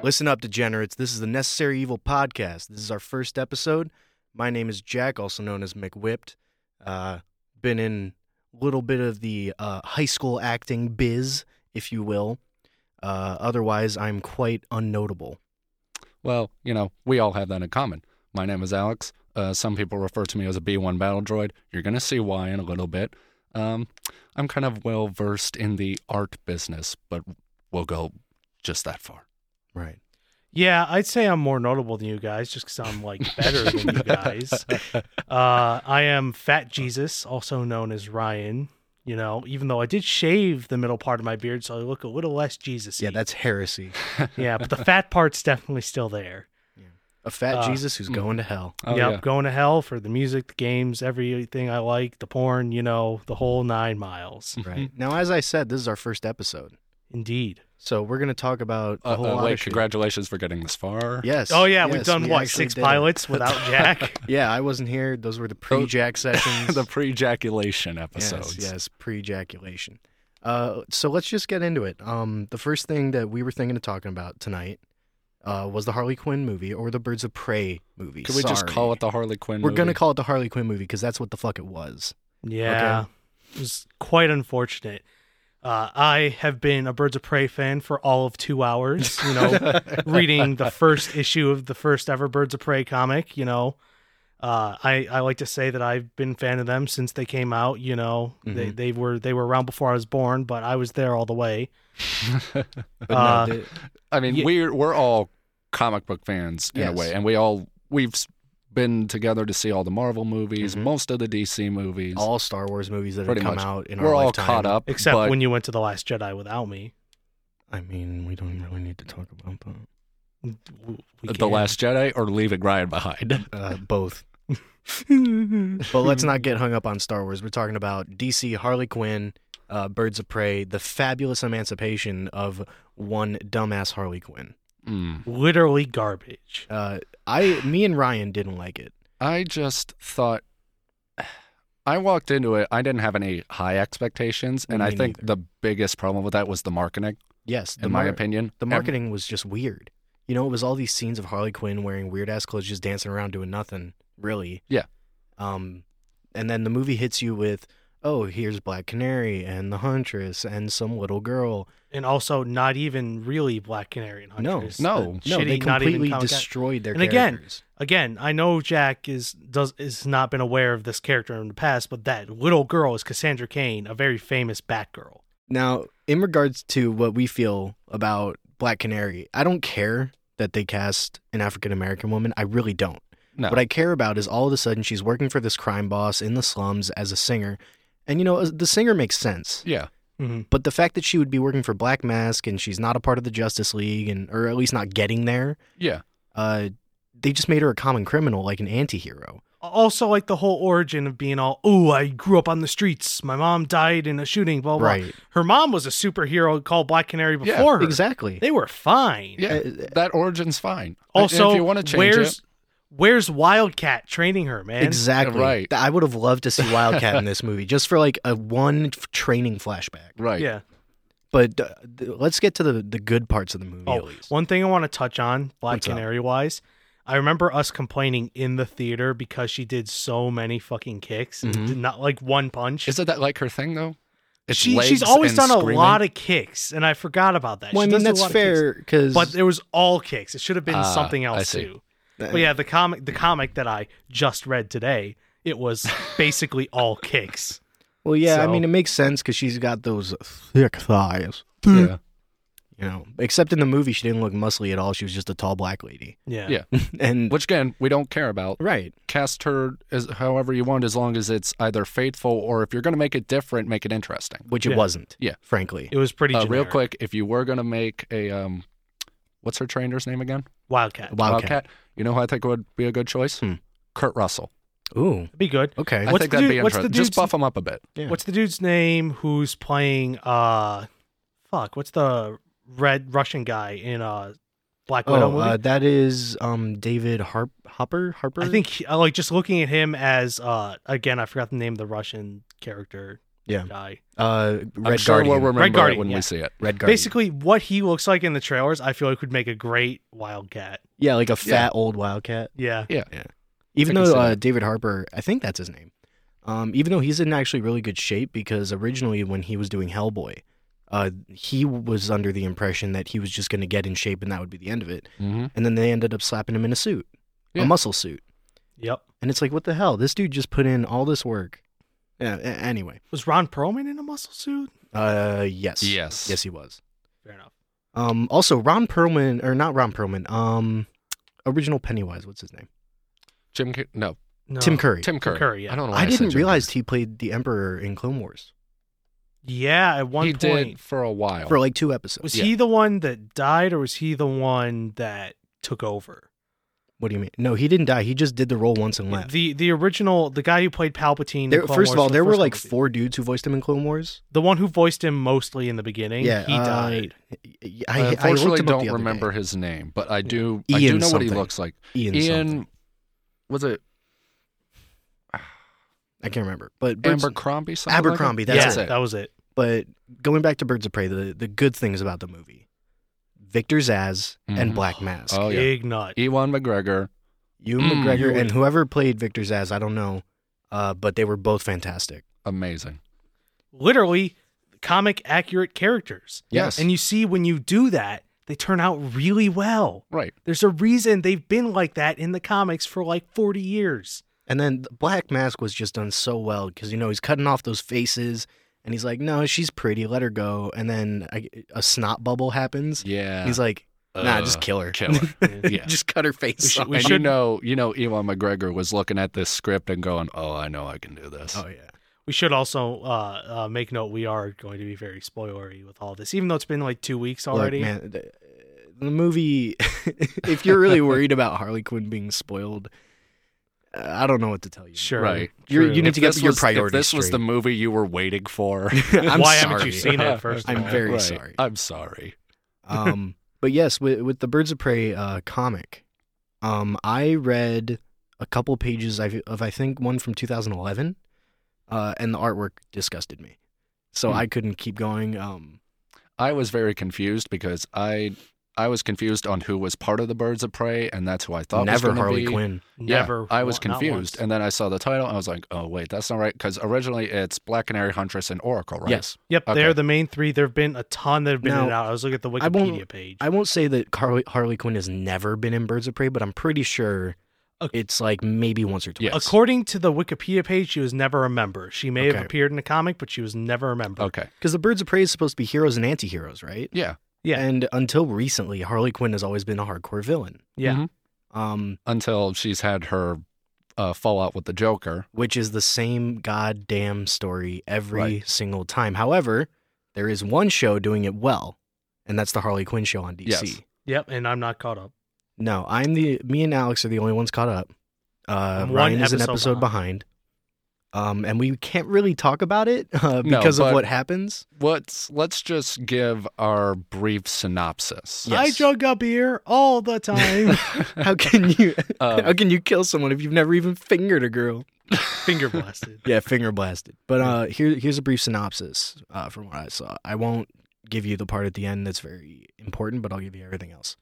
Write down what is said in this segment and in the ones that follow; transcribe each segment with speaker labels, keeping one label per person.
Speaker 1: Listen up, degenerates. This is the Necessary Evil podcast. This is our first episode. My name is Jack, also known as McWhipped. Uh, been in a little bit of the uh, high school acting biz, if you will. Uh, otherwise, I'm quite unnotable.
Speaker 2: Well, you know, we all have that in common. My name is Alex. Uh, some people refer to me as a B1 battle droid. You're going to see why in a little bit. Um, I'm kind of well versed in the art business, but we'll go just that far.
Speaker 1: Right.
Speaker 3: Yeah, I'd say I'm more notable than you guys just because I'm like better than you guys. Uh, I am Fat Jesus, also known as Ryan. You know, even though I did shave the middle part of my beard, so I look a little less Jesus.
Speaker 1: Yeah, that's heresy.
Speaker 3: yeah, but the fat part's definitely still there.
Speaker 1: A fat
Speaker 3: Uh,
Speaker 1: Jesus who's
Speaker 2: mm.
Speaker 1: going to hell.
Speaker 2: Oh,
Speaker 3: yep,
Speaker 2: yeah.
Speaker 3: going to hell for the music, the games, everything I like, the porn. You know, the whole nine miles.
Speaker 2: Mm. Mm-hmm.
Speaker 1: Right. now, as I said, this is our first episode.
Speaker 3: Indeed.
Speaker 1: So we're going to talk about a
Speaker 2: Uh,
Speaker 1: whole
Speaker 2: uh,
Speaker 1: lot
Speaker 2: wait,
Speaker 1: of shit.
Speaker 2: congratulations for getting this far.
Speaker 1: Yes.
Speaker 3: Oh yeah, we've
Speaker 1: yes,
Speaker 3: done
Speaker 1: we
Speaker 3: what
Speaker 1: actually
Speaker 3: six
Speaker 1: did.
Speaker 3: pilots without Jack.
Speaker 1: Yeah, I wasn't here. Those were the pre-jack sessions.
Speaker 2: Oh. the pre ejaculation episodes.
Speaker 1: yes, yes, pre-ejaculation. Uh, so let's just get into it. Um, the first thing that we were thinking of talking about tonight uh, was the Harley Quinn movie or the Birds of Prey movie.
Speaker 2: Can we just
Speaker 1: Sorry.
Speaker 2: call it the Harley Quinn?
Speaker 1: We're gonna
Speaker 2: movie?
Speaker 1: call it the Harley Quinn movie because that's what the fuck it was.
Speaker 3: Yeah. It was quite unfortunate. Uh, I have been a Birds of Prey fan for all of two hours, you know, reading the first issue of the first ever Birds of Prey comic, you know. Uh, I, I like to say that I've been a fan of them since they came out, you know.
Speaker 2: Mm-hmm.
Speaker 3: They they were they were around before I was born, but I was there all the way.
Speaker 1: But no,
Speaker 3: Uh,
Speaker 1: they-
Speaker 2: I mean,
Speaker 3: Ye-
Speaker 2: we're we're all comic book fans in
Speaker 1: Yes.
Speaker 2: a way, and we all we've s- been together to see all the Marvel movies,
Speaker 1: Mhm.
Speaker 2: most of the DC movies.
Speaker 1: all Star Wars movies that have
Speaker 2: Pretty
Speaker 1: come
Speaker 2: much.
Speaker 1: out in
Speaker 2: we're
Speaker 1: our
Speaker 2: all
Speaker 1: lifetime.
Speaker 2: caught up,
Speaker 3: Except
Speaker 2: but
Speaker 3: when you went to The Last Jedi without me.
Speaker 1: I mean, we don't really need to talk about that.
Speaker 3: W- we
Speaker 2: the
Speaker 3: can.
Speaker 2: Last Jedi or Leaving Ryan Behind.
Speaker 1: Uh, both. But let's not get hung up on Star Wars. We're talking about DC, Harley Quinn, uh, Birds of Prey, the fabulous emancipation of one dumbass Harley Quinn.
Speaker 2: Mm.
Speaker 3: literally garbage.
Speaker 1: Uh, I, me and Ryan didn't like it.
Speaker 2: I just thought I walked into it. I didn't have any high expectations, and
Speaker 1: Me
Speaker 2: I think
Speaker 1: neither.
Speaker 2: the biggest problem with that was the marketing,
Speaker 1: Yes, the
Speaker 2: in my
Speaker 1: mar-
Speaker 2: opinion. um,
Speaker 1: the
Speaker 2: Ev-
Speaker 1: marketing was just weird. You know, it was all these scenes of Harley Quinn wearing weird ass clothes, just dancing around doing nothing, really.
Speaker 2: Yeah.
Speaker 1: Um, and then the movie hits you with, oh, here's Black Canary and the Huntress and some little girl.
Speaker 3: and also not even really Black Canary and
Speaker 1: No,
Speaker 3: Huntress.
Speaker 2: no,
Speaker 3: Uh,
Speaker 2: no,
Speaker 1: No, they
Speaker 3: shitty, not even
Speaker 1: completely
Speaker 3: comic act-
Speaker 1: destroyed their
Speaker 3: And again,
Speaker 1: characters.
Speaker 3: Again, I know Jack is does is not been aware of this character in the past, but that little girl is Cassandra Kane, a very famous Batgirl.
Speaker 1: Now, in regards to what we feel about Black Canary, I don't care that they cast an African American woman. I really don't.
Speaker 2: No.
Speaker 1: What I care about is all of a sudden she's working for this crime boss in the slums as a singer. And you know, uh, the singer makes sense.
Speaker 2: yeah,
Speaker 3: Mm-hmm.
Speaker 1: But the fact that she would be working for Black Mask and she's not a part of the Justice League and or at least not getting there,
Speaker 2: yeah.
Speaker 1: uh they just made her a common criminal like an anti-hero.
Speaker 3: Also, like the whole origin of being all, "Ooh, I grew up on the streets. My mom died in a shooting." Blah blah.
Speaker 1: right.
Speaker 3: Her mom was a superhero called Black Canary
Speaker 2: Yeah,
Speaker 3: before her.
Speaker 1: Exactly.
Speaker 3: They were fine.
Speaker 2: Yeah, that origin's fine.
Speaker 3: Uh, Also,
Speaker 2: if you want to change it,
Speaker 3: where's where's Wildcat training her, man?
Speaker 1: Exactly.
Speaker 2: Right.
Speaker 1: Th- I would have loved to see Wildcat in this movie just for like a one f- training flashback.
Speaker 2: right?
Speaker 3: Yeah.
Speaker 1: But uh, th- let's get to the, the good parts of the movie.
Speaker 3: Oh,
Speaker 1: at least.
Speaker 3: one thing I want to touch on, Black
Speaker 1: What's up?
Speaker 3: Canary wise, I remember us complaining in the theater because she did so many fucking kicks, and
Speaker 1: Mhm.
Speaker 2: Mm-hmm.
Speaker 3: did not like one punch.
Speaker 2: Isn't that like her thing though? It's
Speaker 3: she,
Speaker 2: legs
Speaker 3: she's always
Speaker 2: and
Speaker 3: done
Speaker 2: screaming?
Speaker 3: a lot of kicks, and I forgot about that.
Speaker 1: Well, I
Speaker 3: She
Speaker 1: mean,
Speaker 3: does a
Speaker 1: that's
Speaker 3: lot of
Speaker 1: fair because.
Speaker 3: kicks, but it was all kicks. It should have been
Speaker 2: Ah,
Speaker 3: something
Speaker 2: I
Speaker 3: else
Speaker 2: see.
Speaker 3: too.
Speaker 1: Uh,
Speaker 3: But yeah, the comic, the comic that I just read today, it was basically all kicks.
Speaker 1: well, yeah, I
Speaker 3: so-
Speaker 1: mean, it makes sense because she's got those thick thighs.
Speaker 2: Yeah.
Speaker 1: You know, except in the movie, she didn't look muscly at all. She was just a tall black lady.
Speaker 3: Yeah,
Speaker 2: Yeah.
Speaker 1: And
Speaker 2: Which again, we don't care about.
Speaker 1: right,
Speaker 2: Cast her as however you want, as long as it's either faithful or if you're going to make it different, make it interesting.
Speaker 1: which it
Speaker 3: Yeah.
Speaker 1: wasn't.
Speaker 2: Yeah.
Speaker 1: frankly.
Speaker 3: it was pretty.
Speaker 2: Uh, real
Speaker 3: generic.
Speaker 2: quick, if you were going to make a um, what's her trainer's name again?
Speaker 3: Wildcat.
Speaker 1: Wildcat.
Speaker 2: You know who I think would be a good choice?
Speaker 1: Hmm.
Speaker 2: Kurt Russell.
Speaker 1: Ooh,
Speaker 3: Be good.
Speaker 1: okay.
Speaker 2: I
Speaker 3: What's
Speaker 2: think
Speaker 3: the
Speaker 2: that'd
Speaker 3: dude-
Speaker 2: be
Speaker 3: what's the
Speaker 2: interesting. Just
Speaker 3: dude's-
Speaker 2: buff him up a bit.
Speaker 1: Yeah.
Speaker 3: What's the dude's name who's playing uh fuck, what's the red Russian guy in uh Black Widow
Speaker 1: oh,
Speaker 3: movie?
Speaker 1: uh, that is um, David Harp- Hopper. Harper.
Speaker 3: uh, I think he, I like just looking at him as uh again, I forgot the name of the Russian character.
Speaker 1: Yeah.
Speaker 3: guy.
Speaker 1: Uh, Red
Speaker 2: I'm sure
Speaker 1: Guardian.
Speaker 2: we'll remember
Speaker 3: Red Guardian,
Speaker 2: it when
Speaker 3: yeah.
Speaker 2: we see it.
Speaker 1: Red Guardian.
Speaker 3: Basically, what he looks like in the trailers, I feel like would make a great wildcat.
Speaker 1: yeah, like a fat old wildcat.
Speaker 3: Yeah,
Speaker 1: Even
Speaker 2: I can
Speaker 1: though
Speaker 2: see
Speaker 1: uh,
Speaker 2: that.
Speaker 1: David Harper, I think that's his name. Um, even though he's in actually really good shape because originally when he was doing Hellboy, uh, he was under the impression that he was just going to get in shape and that would be the end of it.
Speaker 2: Mm-hmm.
Speaker 1: And then they ended up slapping him in a suit,
Speaker 2: Yeah.
Speaker 1: a muscle suit.
Speaker 3: yep.
Speaker 1: And it's like, what the hell? This dude just put in all this work. Yeah, a- anyway.
Speaker 3: Was Ron Perlman in a muscle suit?
Speaker 1: Uh, yes.
Speaker 2: Yes.
Speaker 1: Yes, he was.
Speaker 3: Fair enough.
Speaker 1: Um, also, Ron Perlman, or not Ron Perlman, um, original Pennywise, what's his name?
Speaker 2: Jim. Ca- no.
Speaker 3: No.
Speaker 1: Tim Curry.
Speaker 2: Tim Curry.
Speaker 3: Oh, Curry, yeah.
Speaker 2: I don't know. Why
Speaker 1: I
Speaker 2: said
Speaker 1: didn't
Speaker 2: Jim
Speaker 1: realize he played the Emperor in Clone Wars
Speaker 3: Yeah, at
Speaker 2: Curry.
Speaker 3: one
Speaker 2: he
Speaker 3: point.
Speaker 2: did for a while.
Speaker 1: for like two episodes.
Speaker 3: Was
Speaker 2: Yeah.
Speaker 3: he the one that died, or was he the one that took over?
Speaker 1: What do you mean? No, he didn't die. He just did the role once and left.
Speaker 3: The the original, the guy who played Palpatine. in
Speaker 1: There,
Speaker 3: Clone
Speaker 1: first of
Speaker 3: Wars,
Speaker 1: all,
Speaker 3: the
Speaker 1: there were
Speaker 3: first
Speaker 1: like
Speaker 3: one-
Speaker 1: four dudes who voiced him in Clone Wars.
Speaker 3: The one who voiced him mostly in the beginning.
Speaker 1: Yeah,
Speaker 3: he
Speaker 1: uh,
Speaker 3: died.
Speaker 1: I,
Speaker 2: I,
Speaker 1: I looked
Speaker 2: unfortunately
Speaker 1: him up the
Speaker 2: don't
Speaker 1: other
Speaker 2: remember his name, but I do. I
Speaker 1: Ian
Speaker 2: do know what he
Speaker 1: something.
Speaker 2: looks like.
Speaker 1: day. Ian.
Speaker 2: Ian.
Speaker 1: something.
Speaker 2: Was it
Speaker 1: I can't remember. But Birds,
Speaker 2: Abercrombie? something like that?
Speaker 1: Abercrombie,
Speaker 3: Yeah,
Speaker 1: that's
Speaker 2: it.
Speaker 3: that was it.
Speaker 1: But going back to Birds of Prey, the the good things about the movie, Victor Zaz and
Speaker 2: Mhm.
Speaker 1: Black Mask.
Speaker 2: Oh yeah.
Speaker 3: Big nut.
Speaker 2: Ewan McGregor.
Speaker 1: Ewan
Speaker 2: Mm.
Speaker 1: McGregor
Speaker 3: Ewan.
Speaker 1: and whoever played Victor Zaz, I don't know, uh, but they were both fantastic.
Speaker 2: Amazing.
Speaker 3: Literally, comic accurate characters.
Speaker 2: Yes.
Speaker 3: And you see when you do that, they turn out really well.
Speaker 2: Right.
Speaker 3: There's a reason they've been like that in the comics for like 40 years.
Speaker 1: And then the Black Mask was just done so well because you know he's cutting off those faces, and he's like, "No, she's pretty, let her go." And then I, a snot bubble happens.
Speaker 2: Yeah.
Speaker 1: He's like, "Nah, just
Speaker 2: Uh,
Speaker 1: kill her,
Speaker 2: kill her. Yeah.
Speaker 1: just cut her face."
Speaker 3: We should-
Speaker 1: off.
Speaker 3: we
Speaker 2: and
Speaker 3: should-
Speaker 2: you know, you know, Ewan McGregor was looking at this script and going, "Oh, I know I can do this."
Speaker 1: Oh yeah,
Speaker 3: We should also uh, uh, make note we are going to be very spoilery with all this, even though it's been like two weeks already.
Speaker 1: Look, man. The, the movie. if you're really worried about Harley Quinn being spoiled, uh, I don't know what to tell you.
Speaker 3: Sure.
Speaker 2: Right.
Speaker 1: You're,
Speaker 3: True.
Speaker 1: you need
Speaker 2: If
Speaker 1: to get
Speaker 2: this
Speaker 1: your
Speaker 2: was-
Speaker 1: priorities
Speaker 2: If this was the
Speaker 1: straight.
Speaker 2: movie you were waiting for,
Speaker 1: I'm
Speaker 3: Why
Speaker 1: sorry.
Speaker 3: haven't you seen it first? of
Speaker 1: I'm
Speaker 3: all?
Speaker 1: very
Speaker 2: Right.
Speaker 1: sorry.
Speaker 2: I'm sorry.
Speaker 1: um, but yes, with, with the Birds of Prey uh, comic, um, I read a couple pages of, of I think one from 2011, uh, and the artwork disgusted me, so
Speaker 2: Hmm.
Speaker 1: I couldn't keep going. Um,
Speaker 2: I was very confused because I I was confused on who was part of the Birds of Prey, and that's who I thought was
Speaker 1: never
Speaker 2: gonna
Speaker 1: Harley
Speaker 2: be.
Speaker 1: Quinn.
Speaker 2: Yeah,
Speaker 3: Never.
Speaker 2: I was
Speaker 3: wa- not once.
Speaker 2: confused, and then I saw the title, and I was like, "Oh wait, that's not right." Because originally it's Black Canary, Huntress, and Oracle, right?
Speaker 1: Yes,
Speaker 3: Yep,
Speaker 2: Okay.
Speaker 3: they're the main three. There have been a ton that have been in
Speaker 1: Now,
Speaker 3: and out. I was looking at the
Speaker 1: I won't-
Speaker 3: Wikipedia page.
Speaker 1: I won't say that Harley, Harley Quinn has never been in Birds of Prey, but I'm pretty sure
Speaker 3: Ac-
Speaker 1: it's like maybe once or twice.
Speaker 2: Yes.
Speaker 3: According to the Wikipedia page, she was never a member. She may have
Speaker 1: Okay.
Speaker 3: appeared in a comic, but she was never a member.
Speaker 2: Okay.
Speaker 1: Because the Birds of Prey is supposed to be heroes and anti-heroes, right?
Speaker 2: Yeah.
Speaker 3: Yeah.
Speaker 1: And until recently, Harley Quinn has always been a hardcore villain.
Speaker 3: Yeah.
Speaker 2: Mhm.
Speaker 1: Um,
Speaker 2: Until she's had her uh, fallout with the Joker.
Speaker 1: which is the same goddamn story every
Speaker 2: Right.
Speaker 1: single time. However, there is one show doing it well, and that's the Harley Quinn show on DC.
Speaker 2: Yes.
Speaker 3: Yep, and I'm not caught up.
Speaker 1: No, I'm the me and Alex are the only ones caught up. Uh,
Speaker 3: I'm one
Speaker 1: Ryan is an
Speaker 3: episode
Speaker 1: episode behind. Um, and we can't really talk about it uh,
Speaker 2: No,
Speaker 1: because of
Speaker 2: but-
Speaker 1: what happens.
Speaker 2: Let's let's just give our brief synopsis.
Speaker 1: Yes.
Speaker 3: I drug up beer all the time.
Speaker 1: How can you how
Speaker 2: Um,
Speaker 1: can you kill someone if you've never even fingered a girl?
Speaker 3: Finger blasted.
Speaker 1: Yeah, finger blasted. But uh, here, here's a brief synopsis uh, from what I saw. I won't give you the part at the end that's very important, but I'll give you everything else.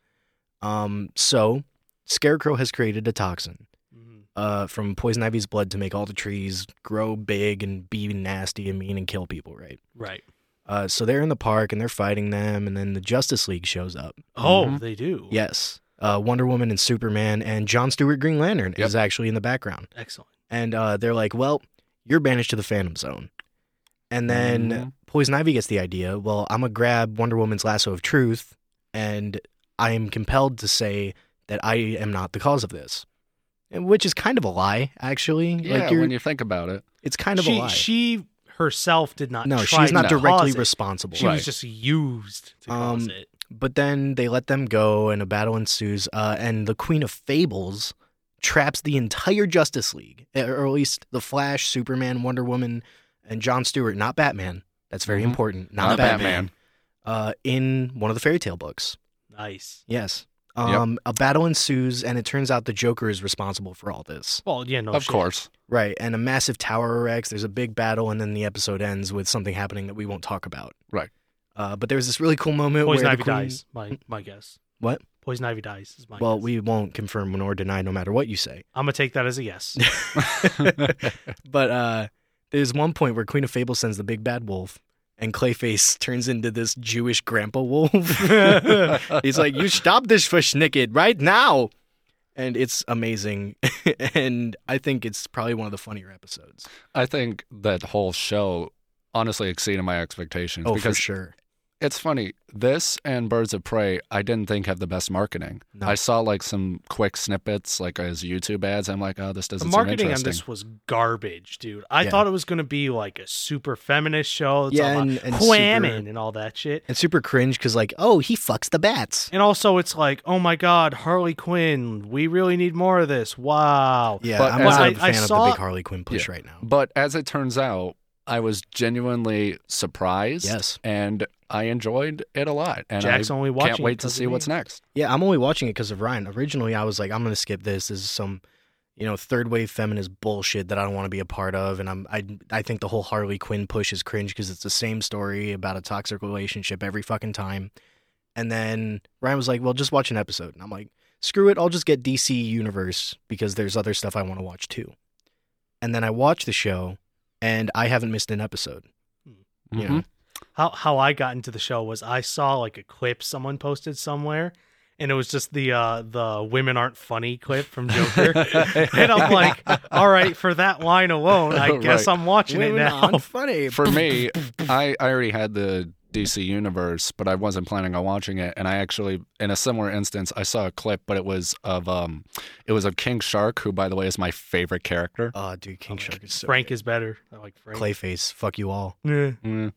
Speaker 1: Um, so, Scarecrow has created a toxin
Speaker 3: Mhm.
Speaker 1: uh, from poison ivy's blood to make all the trees grow big and be nasty and mean and kill people, right?
Speaker 3: Right.
Speaker 1: Uh, so they're in the park and they're fighting them, and then the Justice League shows up.
Speaker 3: Oh,
Speaker 1: Mm-hmm.
Speaker 2: Mhm.
Speaker 3: they do.
Speaker 1: Yes. Uh, Wonder Woman and Superman and John Stewart Green Lantern
Speaker 2: Yep.
Speaker 1: is actually in the background
Speaker 3: Excellent.
Speaker 1: and uh, they're like, "Well, you're banished to the Phantom Zone." And then
Speaker 3: Mm-hmm.
Speaker 2: Mhm.
Speaker 1: Poison Ivy gets the idea. Well, I'm gonna grab Wonder Woman's lasso of truth, and I am compelled to say that I am not the cause of this, and which is kind of a lie, actually.
Speaker 2: yeah,
Speaker 1: like you're,
Speaker 2: when you think about it,
Speaker 1: it's kind of
Speaker 3: she,
Speaker 1: a lie.
Speaker 3: she herself did not.
Speaker 1: no,
Speaker 3: try
Speaker 1: she's not
Speaker 3: to
Speaker 1: directly
Speaker 3: cause it.
Speaker 1: responsible.
Speaker 3: She
Speaker 2: Right.
Speaker 3: was just used to cause
Speaker 1: Um,
Speaker 3: it.
Speaker 1: But then they let them go, and a battle ensues. Uh, and the Queen of Fables traps the entire Justice League, eh, or at least the Flash, Superman, Wonder Woman, and John Stewart, not Batman. That's very
Speaker 2: Mhm.
Speaker 3: Mm-hmm.
Speaker 1: important. Not, Batman. Uh, in one of the fairy tale books.
Speaker 3: Nice.
Speaker 1: Yes. Um, A battle ensues, and it turns out the Joker is responsible for all this.
Speaker 3: Well, yeah, no.
Speaker 1: Oh,
Speaker 2: of
Speaker 3: shit.
Speaker 2: course.
Speaker 1: Right, and a massive tower erects. There's a big battle, and then the episode ends with something happening that we won't talk about.
Speaker 2: Right.
Speaker 1: Uh, but there was this really cool moment
Speaker 3: Poison
Speaker 1: where the
Speaker 3: Ivy
Speaker 1: queen-
Speaker 3: dies. My my guess.
Speaker 1: What?
Speaker 3: Poison Ivy dies is my
Speaker 1: Well,
Speaker 3: guess.
Speaker 1: we won't confirm nor deny, no matter what you say.
Speaker 3: I'm gonna take that as a yes.
Speaker 1: But uh, there's one point where Queen of Fable sends the big bad wolf, and Clayface turns into this Jewish grandpa wolf. He's like, "You stop this verschnicket right now," and it's amazing. and I think it's probably one of the funnier episodes.
Speaker 2: I think that whole show honestly exceeded my expectations
Speaker 1: Oh,
Speaker 2: because
Speaker 1: for sure.
Speaker 2: it's funny. This and Birds of Prey, I didn't think have the best marketing.
Speaker 1: No.
Speaker 2: I saw like some quick snippets, like as YouTube ads. I'm like, oh, this
Speaker 3: the
Speaker 2: doesn't seem
Speaker 3: marketing on
Speaker 2: interesting.
Speaker 3: this was garbage, dude. I
Speaker 1: Yeah.
Speaker 3: thought it was gonna be like a super feminist show. It's
Speaker 1: Yeah,
Speaker 3: all
Speaker 1: and-
Speaker 3: about
Speaker 1: and
Speaker 3: whamming
Speaker 1: super-
Speaker 3: and all that shit.
Speaker 1: And super cringe because, like, oh, he fucks the bats.
Speaker 3: And also, it's like, oh my God, Harley Quinn. We really need more of this. Wow.
Speaker 1: Yeah,
Speaker 2: But
Speaker 1: I'm
Speaker 2: as
Speaker 1: not
Speaker 2: I-
Speaker 1: a fan
Speaker 3: I
Speaker 1: of
Speaker 3: saw-
Speaker 1: the big Harley Quinn push right now.
Speaker 2: But as it turns out, I was genuinely surprised.
Speaker 1: Yes.
Speaker 2: And I enjoyed it a lot. And
Speaker 3: Jack's
Speaker 2: I
Speaker 3: only watching.
Speaker 2: can't wait to
Speaker 3: 'cause of
Speaker 2: see
Speaker 3: me.
Speaker 2: what's next.
Speaker 1: Yeah, I'm only watching it because of Ryan. Originally, I was like, I'm gonna skip this. This is some, you know, third wave feminist bullshit that I don't want to be a part of. And I'm I I think the whole Harley Quinn push is cringe because it's the same story about a toxic relationship every fucking time. And then Ryan was like, Well, just watch an episode. And I'm like, Screw it, I'll just get DC Universe because there's other stuff I want to watch too. And then I watched the show, and I haven't missed an episode. Yeah.
Speaker 2: Mhm.
Speaker 3: How how I got into the show was I saw like a clip someone posted somewhere, and it was just the uh the women aren't funny clip from Joker, and I'm like, all right, for that line alone, I guess
Speaker 2: Right.
Speaker 3: I'm watching it
Speaker 1: Women
Speaker 3: now.
Speaker 1: aren't funny.
Speaker 2: For me, I, I already had the DC Universe, but I wasn't planning on watching it. And I actually, in a similar instance, I saw a clip, but it was of um, it was of King Shark, who by the way is my favorite character.
Speaker 1: Oh, dude, King Shark is so
Speaker 3: Frank
Speaker 1: good.
Speaker 3: is better. I like Frank.
Speaker 1: Clayface. Fuck you all.
Speaker 3: Eh.
Speaker 2: Mm.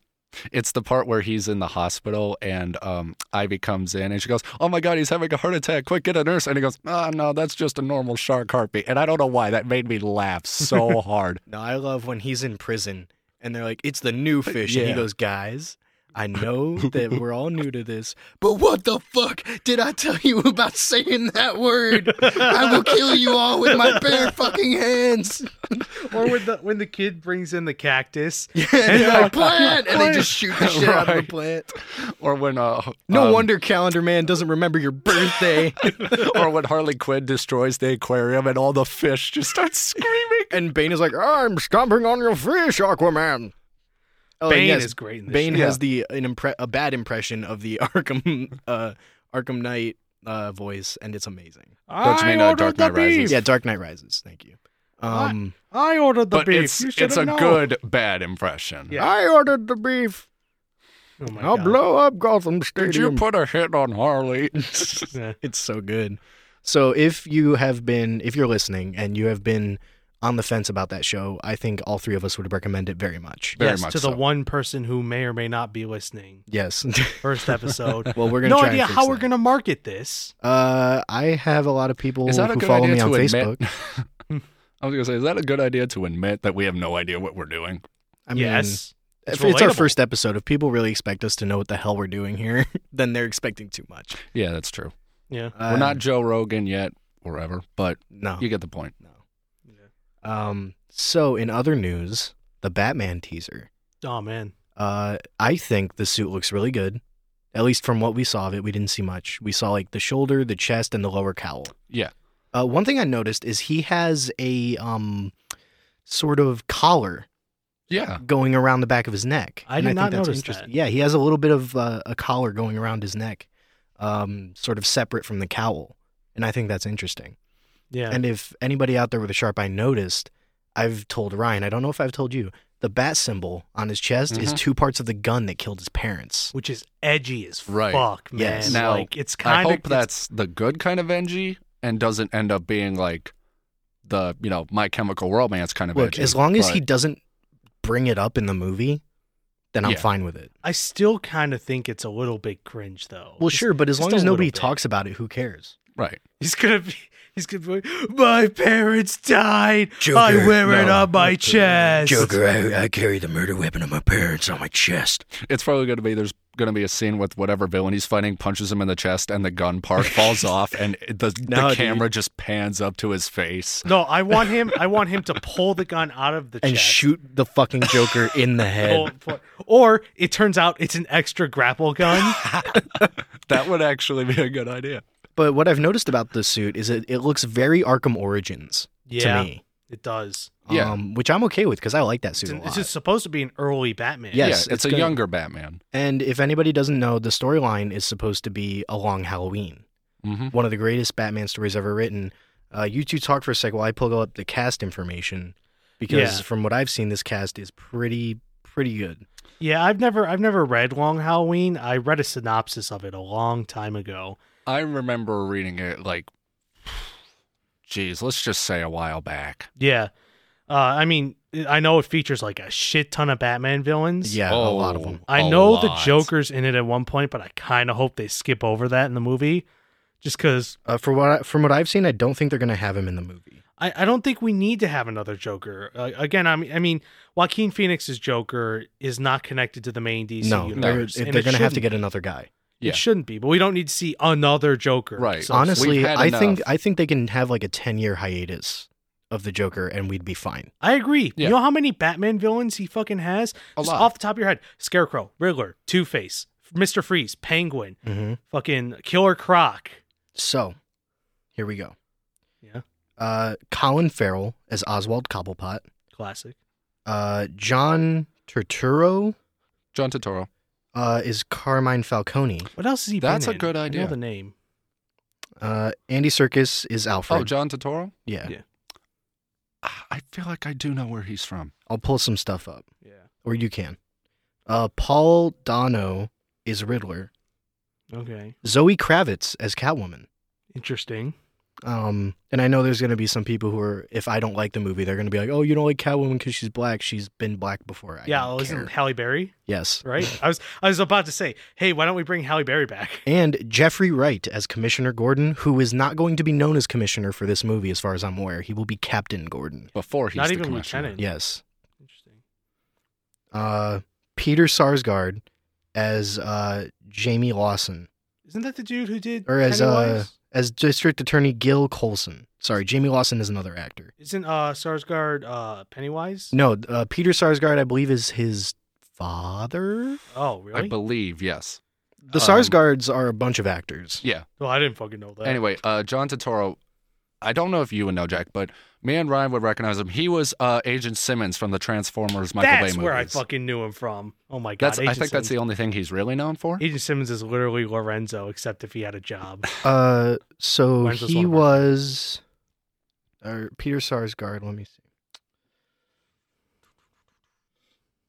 Speaker 2: It's the part where he's in the hospital and um, Ivy comes in and she goes, "Oh my God, he's having a heart attack! Quick, get a nurse!" And he goes, "Oh no, that's just a normal shark heartbeat." And I don't know why that made me laugh so hard.
Speaker 1: No, I love when he's in prison and they're like, it's the new fish. And he
Speaker 2: Yeah.
Speaker 1: goes, guys, I know that we're all new to this, but what the fuck did I tell you about saying that word? I will kill you all with my bare fucking hands.
Speaker 3: or when the when the kid brings in the cactus,
Speaker 1: and they're like, plant! And they just shoot the shit out of the
Speaker 2: Right.
Speaker 1: plant.
Speaker 2: or when uh,
Speaker 1: No
Speaker 2: um,
Speaker 1: wonder Calendar Man doesn't remember your birthday.
Speaker 2: or when Harley Quinn destroys the aquarium and all the fish just start screaming.
Speaker 1: and Bane is like, I'm stomping on your fish, Aquaman. Oh, and
Speaker 3: Bane
Speaker 1: yes,
Speaker 3: is great in this.
Speaker 1: Bane
Speaker 3: show.
Speaker 1: has the uh, an impre- a bad impression of the Arkham uh, Arkham Knight uh, voice, and it's amazing.
Speaker 2: Don't you mean,
Speaker 3: I
Speaker 2: uh,
Speaker 3: ordered
Speaker 2: Dark
Speaker 3: the
Speaker 2: Knight Rises?
Speaker 3: beef.
Speaker 1: Yeah, Dark Knight Rises. Thank you. Um,
Speaker 3: I ordered the
Speaker 2: But
Speaker 3: beef.
Speaker 2: it's
Speaker 3: You
Speaker 2: it's a
Speaker 3: shoulda known.
Speaker 2: good bad impression.
Speaker 3: Yeah.
Speaker 1: I ordered the beef.
Speaker 3: Oh my
Speaker 1: I'll
Speaker 3: God.
Speaker 1: blow up Gotham
Speaker 2: Did
Speaker 1: Stadium.
Speaker 2: you put a hit on Harley?
Speaker 3: Yeah.
Speaker 1: it's so good. So if you have been, if you're listening, and you have been on the fence about that show, I think all three of us would recommend it very much.
Speaker 2: Very
Speaker 3: yes,
Speaker 2: much
Speaker 3: to
Speaker 2: so.
Speaker 3: the one person who may or may not be listening.
Speaker 1: Yes.
Speaker 3: First episode.
Speaker 1: well, we're gonna.
Speaker 3: no
Speaker 1: try
Speaker 3: idea
Speaker 1: and fix
Speaker 3: how we're
Speaker 1: that.
Speaker 3: gonna market this.
Speaker 1: Uh, I have a lot of people
Speaker 2: Is that a
Speaker 1: who
Speaker 2: good
Speaker 1: follow
Speaker 2: idea
Speaker 1: me on
Speaker 2: to
Speaker 1: Facebook.
Speaker 2: admit? I was gonna say, is that a good idea to admit that we have no idea what we're doing?
Speaker 1: I mean,
Speaker 3: yes,
Speaker 1: If it's our
Speaker 3: relatable.
Speaker 1: first episode, if people really expect us to know what the hell we're doing here, then they're expecting too much.
Speaker 2: Yeah, that's true.
Speaker 3: Yeah.
Speaker 1: Uh, oh.
Speaker 2: we're not Joe Rogan yet, or ever, but
Speaker 1: No.
Speaker 2: you get the point.
Speaker 1: Um. So, in other news, the Batman teaser.
Speaker 3: Oh man.
Speaker 1: Uh, I think the suit looks really good. At least from what we saw of it, we didn't see much. We saw like the shoulder, the chest, and the lower cowl.
Speaker 2: Yeah.
Speaker 1: Uh, one thing I noticed is he has a um, sort of collar
Speaker 2: Yeah.
Speaker 1: going around the back of his neck.
Speaker 3: I
Speaker 1: And
Speaker 3: did not
Speaker 1: that's
Speaker 3: notice that.
Speaker 1: Yeah, he has a little bit of uh, a collar going around his neck, um, sort of separate from the cowl, and I think that's interesting.
Speaker 3: Yeah.
Speaker 1: And if anybody out there with a sharp eye noticed, I've told Ryan. I don't know if I've told you. The bat symbol on his chest is
Speaker 3: Mm-hmm.
Speaker 2: Mhm.
Speaker 1: two parts of the gun that killed his parents.
Speaker 3: Which is edgy as
Speaker 2: Right.
Speaker 3: fuck, man.
Speaker 1: Yes.
Speaker 2: Now,
Speaker 3: like it's kind
Speaker 2: I
Speaker 3: of
Speaker 2: hope that's the good kind of NG and doesn't end up being like the, you know, my chemical romance kind of
Speaker 1: Look,
Speaker 2: NG,
Speaker 1: as long as he
Speaker 2: but-
Speaker 1: doesn't bring it up in the movie, then I'm
Speaker 2: Yeah.
Speaker 1: fine with it.
Speaker 3: I still kind of think it's a little bit cringe though.
Speaker 1: Well,
Speaker 3: Just-
Speaker 1: sure, but as
Speaker 3: just
Speaker 1: long
Speaker 3: a
Speaker 1: as
Speaker 3: little
Speaker 1: nobody
Speaker 3: bit.
Speaker 1: talks about it, who cares?
Speaker 2: Right.
Speaker 3: He's gonna be. He's gonna be. like, My parents died. I
Speaker 1: Joker,
Speaker 3: wear it
Speaker 2: no.
Speaker 3: on my chest.
Speaker 1: Joker, I, I carry the murder weapon of my parents on my chest.
Speaker 2: It's probably going to be there's going to be a scene with whatever villain he's fighting punches him in the chest and the gun part falls off and it- the,
Speaker 1: No,
Speaker 2: the
Speaker 1: dude.
Speaker 2: camera just pans up to his face.
Speaker 3: No, I want him. I want him to pull the gun out of the
Speaker 1: And
Speaker 3: chest.
Speaker 1: shoot the fucking Joker in the
Speaker 3: Pull-
Speaker 1: head.
Speaker 3: pull- Or it turns out it's an extra grapple gun.
Speaker 2: That would actually be a good idea.
Speaker 1: But what I've noticed about this suit is it, it looks very Arkham Origins
Speaker 3: yeah,
Speaker 1: to me.
Speaker 3: it does.
Speaker 2: Yeah.
Speaker 1: Um, which I'm okay with because I like that
Speaker 3: It's,
Speaker 1: suit
Speaker 3: an-
Speaker 1: a
Speaker 3: it's
Speaker 1: lot.
Speaker 3: just supposed to be an early Batman.
Speaker 1: Yes,
Speaker 2: yeah, it's,
Speaker 1: it's
Speaker 2: a
Speaker 1: gonna-
Speaker 2: younger Batman.
Speaker 1: And if anybody doesn't know, the storyline is supposed to be along Halloween.
Speaker 2: hmm
Speaker 1: One of the greatest Batman stories ever written. Uh, you two talk for a second while I pull up the cast information because
Speaker 3: Yeah.
Speaker 1: from what I've seen, this cast is pretty pretty good.
Speaker 3: Yeah, I've never I've never read Long Halloween. I read a synopsis of it a long time ago.
Speaker 2: I remember reading it like, geez, let's just say a while back.
Speaker 3: Yeah. Uh, I mean, I know it features like a shit ton of Batman villains.
Speaker 1: Yeah, a lot of
Speaker 2: Oh,
Speaker 1: them.
Speaker 3: I
Speaker 2: a
Speaker 3: know the
Speaker 2: lot.
Speaker 3: Joker's in it at one point, but I kind of hope they skip over that in the movie just because
Speaker 1: Uh, for what I, from what I've seen, I don't think they're going to have him in the movie.
Speaker 3: I, I don't think we need to have another Joker. Uh, again, I mean, I mean, Joaquin Phoenix's Joker is not connected to the main DC
Speaker 1: no, they're,
Speaker 3: universe. and
Speaker 1: they're
Speaker 3: it
Speaker 1: going to have to
Speaker 3: shouldn't
Speaker 1: get
Speaker 3: be.
Speaker 1: another guy.
Speaker 2: Yeah.
Speaker 3: It shouldn't be, but we don't need to see another Joker.
Speaker 2: Right.
Speaker 3: So-
Speaker 1: Honestly,
Speaker 2: We've had
Speaker 1: I think
Speaker 2: enough.
Speaker 1: I think they can have like a ten year hiatus of the Joker, and we'd be fine.
Speaker 3: I agree.
Speaker 2: Yeah.
Speaker 3: You know how many Batman villains he fucking has?
Speaker 2: A
Speaker 3: Just
Speaker 2: lot.
Speaker 3: Off the top of your head, Scarecrow, Riddler, Two Face, Mister Freeze, Penguin,
Speaker 1: Mm-hmm.
Speaker 3: fucking Killer Croc.
Speaker 1: So, here we go.
Speaker 3: Yeah.
Speaker 1: Uh, Colin Farrell as Oswald Cobblepot.
Speaker 3: Classic.
Speaker 1: Uh, John Turturro
Speaker 2: John Turturro.
Speaker 1: uh, is Carmine Falcone.
Speaker 3: What else has he
Speaker 2: That's
Speaker 3: been
Speaker 2: a
Speaker 3: in?
Speaker 2: good
Speaker 3: I know
Speaker 2: idea.
Speaker 3: the name.
Speaker 1: Uh, Andy Circus is Alfred.
Speaker 2: Oh, John Turturro.
Speaker 1: yeah.
Speaker 3: yeah.
Speaker 2: Ah, I feel like I do know where he's from.
Speaker 1: I'll pull some stuff up,
Speaker 3: Yeah.
Speaker 1: or you can. Uh, Paul Dano is Riddler.
Speaker 3: Okay.
Speaker 1: Zoe Kravitz as Catwoman.
Speaker 3: Interesting.
Speaker 1: Um, and I know there's going to be some people who are, if I don't like the movie, they're going to be like, "Oh, you don't like Catwoman because she's black. She's been black before." I
Speaker 3: yeah.
Speaker 1: don't
Speaker 3: Well,
Speaker 1: care."
Speaker 3: isn't Halle Berry
Speaker 1: yes.
Speaker 3: right? I was I was about to say, hey, why don't we bring Halle Berry back?
Speaker 1: And Jeffrey Wright as Commissioner Gordon, who is not going to be known as Commissioner for this movie, as far as I'm aware. He will be Captain Gordon.
Speaker 2: Before he's
Speaker 3: Not
Speaker 2: the
Speaker 3: even
Speaker 2: commissioner.
Speaker 3: lieutenant.
Speaker 1: Yes.
Speaker 3: Interesting.
Speaker 1: Uh, Peter Sarsgaard as uh, Jamie Lawson,
Speaker 3: Isn't that the dude who did
Speaker 1: or as uh,
Speaker 3: Pennywise?
Speaker 1: as District Attorney Gil Colson. Sorry, Jamie Lawson is another actor.
Speaker 3: Isn't uh Sarsgaard uh Pennywise?
Speaker 1: No, uh, Peter Sarsgaard, I believe, is his father.
Speaker 3: Oh,
Speaker 2: I
Speaker 3: really?
Speaker 2: believe, yes.
Speaker 1: The
Speaker 2: Um,
Speaker 1: Sarsgaards are a bunch of actors.
Speaker 2: Yeah.
Speaker 3: well, Oh, I didn't fucking know that.
Speaker 2: Anyway, uh, John Turturro. I don't know if you would know Jack, but me and Ryan would recognize him. He was uh, Agent Simmons from the Transformers Michael Bay
Speaker 3: that's
Speaker 2: movies.
Speaker 3: where I fucking knew him from. Oh my god.
Speaker 2: That's. I think that's the only thing he's really known for.
Speaker 3: Agent Simmons is literally Lorenzo, except if he had a job.
Speaker 1: Uh, so
Speaker 3: Mine's just
Speaker 1: he
Speaker 3: one of my-
Speaker 1: was, or Peter Sarsgaard. Let me see.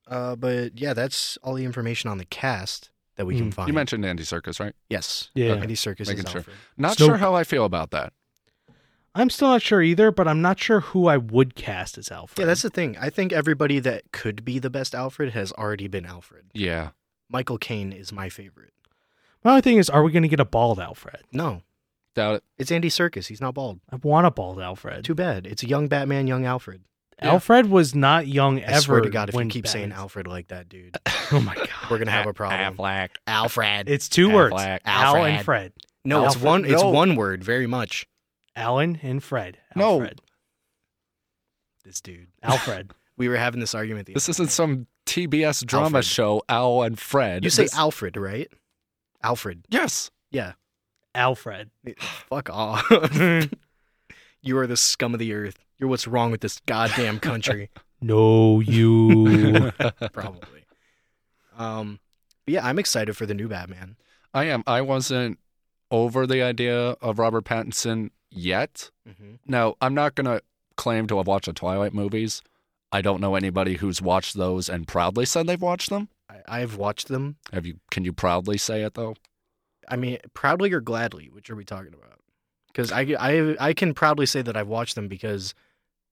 Speaker 1: Uh, but yeah, that's all the information on the cast that we can
Speaker 3: Mm.
Speaker 1: find.
Speaker 2: Hmm. You mentioned Andy Circus, right?
Speaker 1: yes,
Speaker 3: Yeah.
Speaker 1: Andy Circus is
Speaker 2: Making sure.
Speaker 1: Alfred.
Speaker 2: Not
Speaker 3: Snoke.
Speaker 2: sure how I feel about that.
Speaker 3: I'm still not sure either, but I'm not sure who I would cast as Alfred.
Speaker 1: Yeah, that's the thing. I think everybody that could be the best Alfred has already been Alfred.
Speaker 2: Yeah.
Speaker 1: Michael Caine is my favorite.
Speaker 3: my only thing is, are we going to get a bald Alfred?
Speaker 1: No,
Speaker 2: Doubt it.
Speaker 1: it's Andy Circus. He's not bald.
Speaker 3: I want a bald Alfred.
Speaker 1: Too bad. It's a young Batman, young Alfred.
Speaker 2: Yeah.
Speaker 3: Alfred was not young
Speaker 1: I
Speaker 3: ever.
Speaker 1: swear to God, if you
Speaker 3: when
Speaker 1: keep saying
Speaker 3: Batman's-
Speaker 1: Alfred like that, dude,
Speaker 3: oh my god,
Speaker 1: we're gonna have a problem.
Speaker 2: Affleck.
Speaker 1: Alfred.
Speaker 3: It's two
Speaker 2: Affleck.
Speaker 3: words.
Speaker 2: Alfred.
Speaker 3: Al and Fred.
Speaker 1: no, it's
Speaker 3: Alfred,
Speaker 1: one. It's
Speaker 2: no.
Speaker 1: one word. Very much.
Speaker 3: Alan and Fred.
Speaker 2: No.
Speaker 3: Alfred.
Speaker 1: This dude.
Speaker 3: Alfred.
Speaker 1: We were having this argument. The
Speaker 2: This isn't some TBS drama
Speaker 1: Alfred.
Speaker 2: show, Al and Fred.
Speaker 1: you say
Speaker 2: This-
Speaker 1: Alfred, right? Alfred.
Speaker 2: Yes.
Speaker 1: Yeah.
Speaker 3: Alfred.
Speaker 1: Fuck off. you are the scum of the earth. You're what's wrong with this goddamn country.
Speaker 3: No, you.
Speaker 1: probably. Um, but yeah, I'm excited for the new Batman.
Speaker 2: I am. I wasn't over the idea of Robert Pattinson yet.
Speaker 1: Mm-hmm.
Speaker 2: Now, I'm not going to claim to have watched the Twilight movies. I don't know anybody who's watched those and proudly said they've watched them.
Speaker 1: I, I've watched them.
Speaker 2: Have you? Can you proudly say it though?
Speaker 1: I mean, proudly or gladly, which are we talking about? Because I, I, I can proudly say that I've watched them because,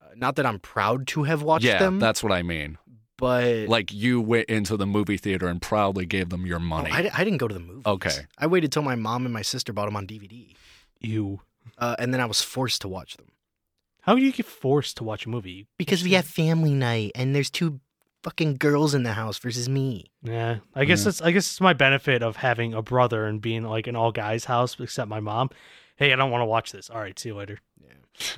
Speaker 1: uh, not that I'm proud to have watched
Speaker 2: yeah,
Speaker 1: them,
Speaker 2: that's what I mean.
Speaker 1: but
Speaker 2: Like you went into the movie theater and proudly gave them your
Speaker 1: Oh,
Speaker 2: money.
Speaker 1: I, di- I didn't go to the movies.
Speaker 2: Okay.
Speaker 1: I waited till my mom and my sister bought them on DVD.
Speaker 3: You.
Speaker 1: uh, and then I was forced to watch them
Speaker 3: How do you get forced to watch a movie?
Speaker 1: because we have family night, and there's two fucking girls in the house versus me.
Speaker 3: Yeah, I guess
Speaker 2: Yeah.
Speaker 3: that's I guess it's my benefit of having a brother and being like an all guys house except my mom. Hey, I don't want to watch this. All right, see you later.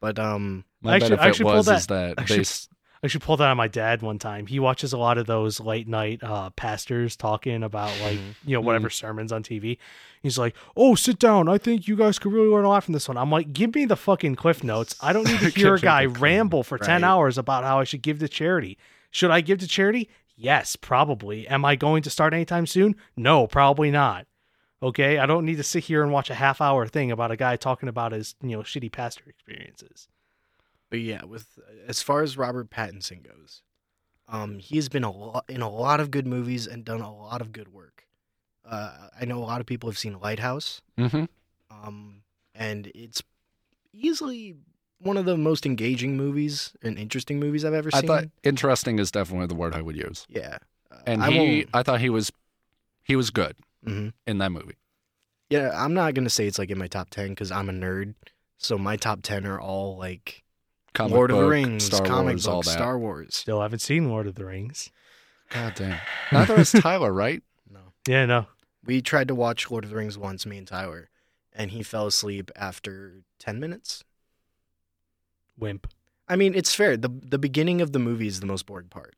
Speaker 1: But um,
Speaker 2: My
Speaker 3: Actually-
Speaker 2: benefit
Speaker 3: actually pull
Speaker 2: was
Speaker 3: that-
Speaker 2: is that
Speaker 3: actually-
Speaker 2: they s-
Speaker 3: I should pull that on my dad one time. He watches a lot of those late night uh, pastors talking about like
Speaker 1: Mhm.
Speaker 2: Mm-hmm.
Speaker 3: you know whatever sermons on TV. He's like, "Oh, sit down. I think you guys could really learn a lot from this one." I'm like, "Give me the fucking cliff notes. I don't need to hear a
Speaker 2: Give me
Speaker 3: guy
Speaker 2: the cliff
Speaker 3: ramble for ten
Speaker 1: right.
Speaker 3: hours about how I should give to charity. Should I give to charity? Yes, probably. Am I going to start anytime soon? No, probably not. Okay, I don't need to sit here and watch a half hour thing about a guy talking about his you know shitty pastor experiences.
Speaker 1: But yeah, with as far as Robert Pattinson goes, um, he has been a lot in a lot of good movies and done a lot of good work. Uh, I know a lot of people have seen Lighthouse,
Speaker 2: Mhm.
Speaker 1: um, and it's easily one of the most engaging movies and interesting movies I've ever
Speaker 2: I
Speaker 1: seen.
Speaker 2: thought interesting is definitely the word I would use.
Speaker 1: yeah, Uh,
Speaker 2: And
Speaker 1: I
Speaker 2: he,
Speaker 1: won't-
Speaker 2: I thought he was, he was good
Speaker 1: Mhm.
Speaker 2: in that movie.
Speaker 1: yeah, I'm not gonna say it's like in my top ten because I'm a nerd, so my top ten are all like
Speaker 2: Comic
Speaker 1: Lord of the
Speaker 2: book,
Speaker 1: Rings,
Speaker 2: Star
Speaker 1: comic
Speaker 2: Wars,
Speaker 1: books,
Speaker 2: all that.
Speaker 1: Star Wars.
Speaker 3: Still haven't seen Lord of the Rings.
Speaker 2: God damn. Neither is Tyler, right?
Speaker 1: No.
Speaker 3: Yeah, no.
Speaker 1: We tried to watch Lord of the Rings once, me and Tyler, and he fell asleep after ten minutes.
Speaker 3: Wimp.
Speaker 1: I mean, it's fair. the The beginning of the movie is the most boring part,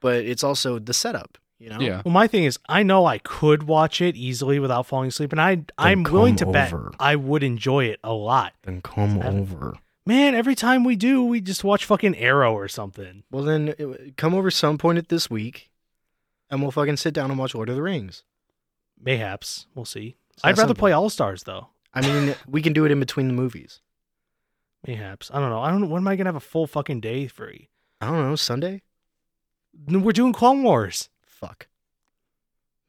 Speaker 1: but it's also the setup. You know,
Speaker 2: Yeah.
Speaker 3: Well, my thing is, I know I could watch it easily without falling asleep, and I I'm
Speaker 2: come
Speaker 3: willing to bet
Speaker 2: over.
Speaker 3: I would enjoy it a lot.
Speaker 1: Then come
Speaker 3: Setup.
Speaker 1: over.
Speaker 3: Man, every time we do, we just watch fucking Arrow or something.
Speaker 1: Well, then it- come over some point at this week, and we'll fucking sit down and watch Lord of the Rings.
Speaker 3: Mayhaps we'll see.
Speaker 1: It's
Speaker 3: I'd
Speaker 1: that
Speaker 3: rather
Speaker 1: simple.
Speaker 3: play All Stars though.
Speaker 1: I mean, we can do it in between the movies.
Speaker 3: Mayhaps I don't know. I don't. know. When am I gonna have a full fucking day free?
Speaker 1: I don't know. Sunday.
Speaker 3: No, We're doing Clone Wars.
Speaker 1: Fuck.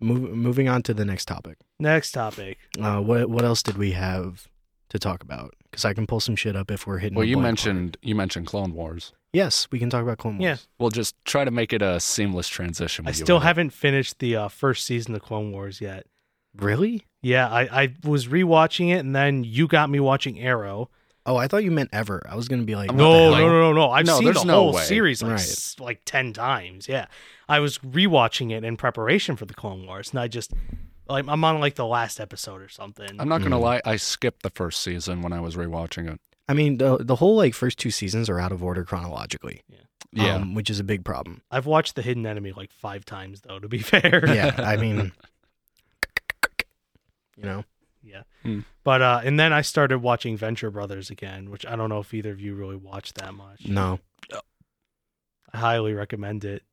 Speaker 1: Move, moving on to the next topic.
Speaker 3: Next topic.
Speaker 1: Uh, what what else did we have to talk about? Because I can pull some shit up if we're hitting.
Speaker 2: Well,
Speaker 1: a
Speaker 2: you
Speaker 1: blank
Speaker 2: mentioned you mentioned Clone Wars.
Speaker 1: Yes, we can talk about Clone Wars.
Speaker 3: Yeah.
Speaker 2: We'll just try to make it a seamless transition.
Speaker 3: I
Speaker 2: with you
Speaker 3: still
Speaker 2: and I.
Speaker 3: haven't finished the uh, first season of Clone Wars yet.
Speaker 1: Really?
Speaker 3: Yeah, I, I was rewatching it, and then you got me watching Arrow.
Speaker 1: Oh, I thought you meant ever. I was gonna be like,
Speaker 2: I'm
Speaker 1: what the
Speaker 3: No,
Speaker 1: hell?
Speaker 3: no, no, no, no. I've
Speaker 2: No,
Speaker 3: seen
Speaker 2: there's
Speaker 3: the
Speaker 2: no
Speaker 3: whole
Speaker 2: way.
Speaker 3: series like,
Speaker 1: Right.
Speaker 3: s- like 10 times. Yeah. I was rewatching it in preparation for the Clone Wars, and I just, like, I'm on like the last episode or something.
Speaker 2: I'm not gonna
Speaker 1: Mm.
Speaker 2: lie. I skipped the first season when I was rewatching it.
Speaker 1: I mean, the the whole like first two seasons are out of order chronologically.
Speaker 2: Yeah.
Speaker 1: um, which is a big problem.
Speaker 3: I've watched The Hidden Enemy like five times, though, to be fair.
Speaker 1: Yeah, I mean, you know,
Speaker 3: Yeah.
Speaker 2: Hmm.
Speaker 3: But, uh, and then I started watching Venture Brothers again, which I don't know if either of you really watched that much.
Speaker 1: no,
Speaker 3: I highly recommend it.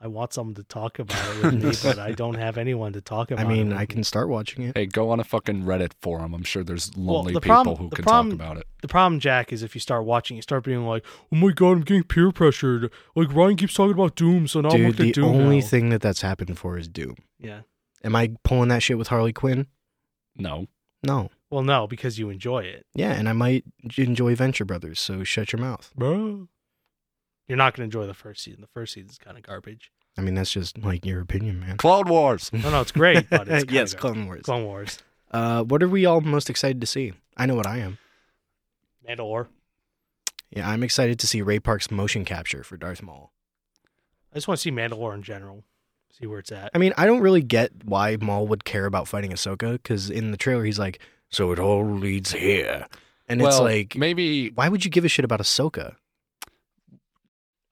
Speaker 3: I want someone to talk about it with me, but I don't have anyone to talk
Speaker 1: I
Speaker 3: about it
Speaker 1: mean,
Speaker 3: with
Speaker 1: I
Speaker 3: me.
Speaker 1: can start watching it.
Speaker 2: hey, go on a fucking Reddit forum. I'm sure there's
Speaker 3: Well,
Speaker 2: lonely
Speaker 3: the
Speaker 2: people
Speaker 3: problem-
Speaker 2: who
Speaker 3: the
Speaker 2: can
Speaker 3: problem-
Speaker 2: talk about it.
Speaker 3: the problem, Jack, is if you start watching, you start being like, "Oh my god, I'm getting peer pressured." Like Ryan keeps talking about Doom, so now I'm
Speaker 1: Dude,
Speaker 3: looking
Speaker 1: the
Speaker 3: at Doom.
Speaker 1: only
Speaker 3: now."
Speaker 1: thing that that's happened for is Doom.
Speaker 3: yeah.
Speaker 1: Am I pulling that shit with Harley Quinn?
Speaker 2: No.
Speaker 1: No.
Speaker 3: Well, no, because you enjoy it.
Speaker 1: Yeah, and I might enjoy Venture Brothers, so shut your mouth.
Speaker 3: Bro. You're not going to enjoy the first season. The first season's kind of garbage.
Speaker 1: I mean, that's just like your opinion, man.
Speaker 2: Clone Wars.
Speaker 3: No, no, it's great, but it's kinda
Speaker 1: yes,
Speaker 3: garbage.
Speaker 1: Clone Wars.
Speaker 3: Clone Wars,
Speaker 1: Uh, what are we all most excited to see? I know what I am.
Speaker 3: Mandalore.
Speaker 1: Yeah, I'm excited to see Ray Park's motion capture for Darth Maul.
Speaker 3: I just want to see Mandalore in general. See where it's at.
Speaker 1: I mean, I don't really get why Maul would care about fighting Ahsoka because in the trailer he's like, "So it all leads here," and it's
Speaker 2: well,
Speaker 1: like,
Speaker 2: maybe
Speaker 1: why would you give a shit about Ahsoka?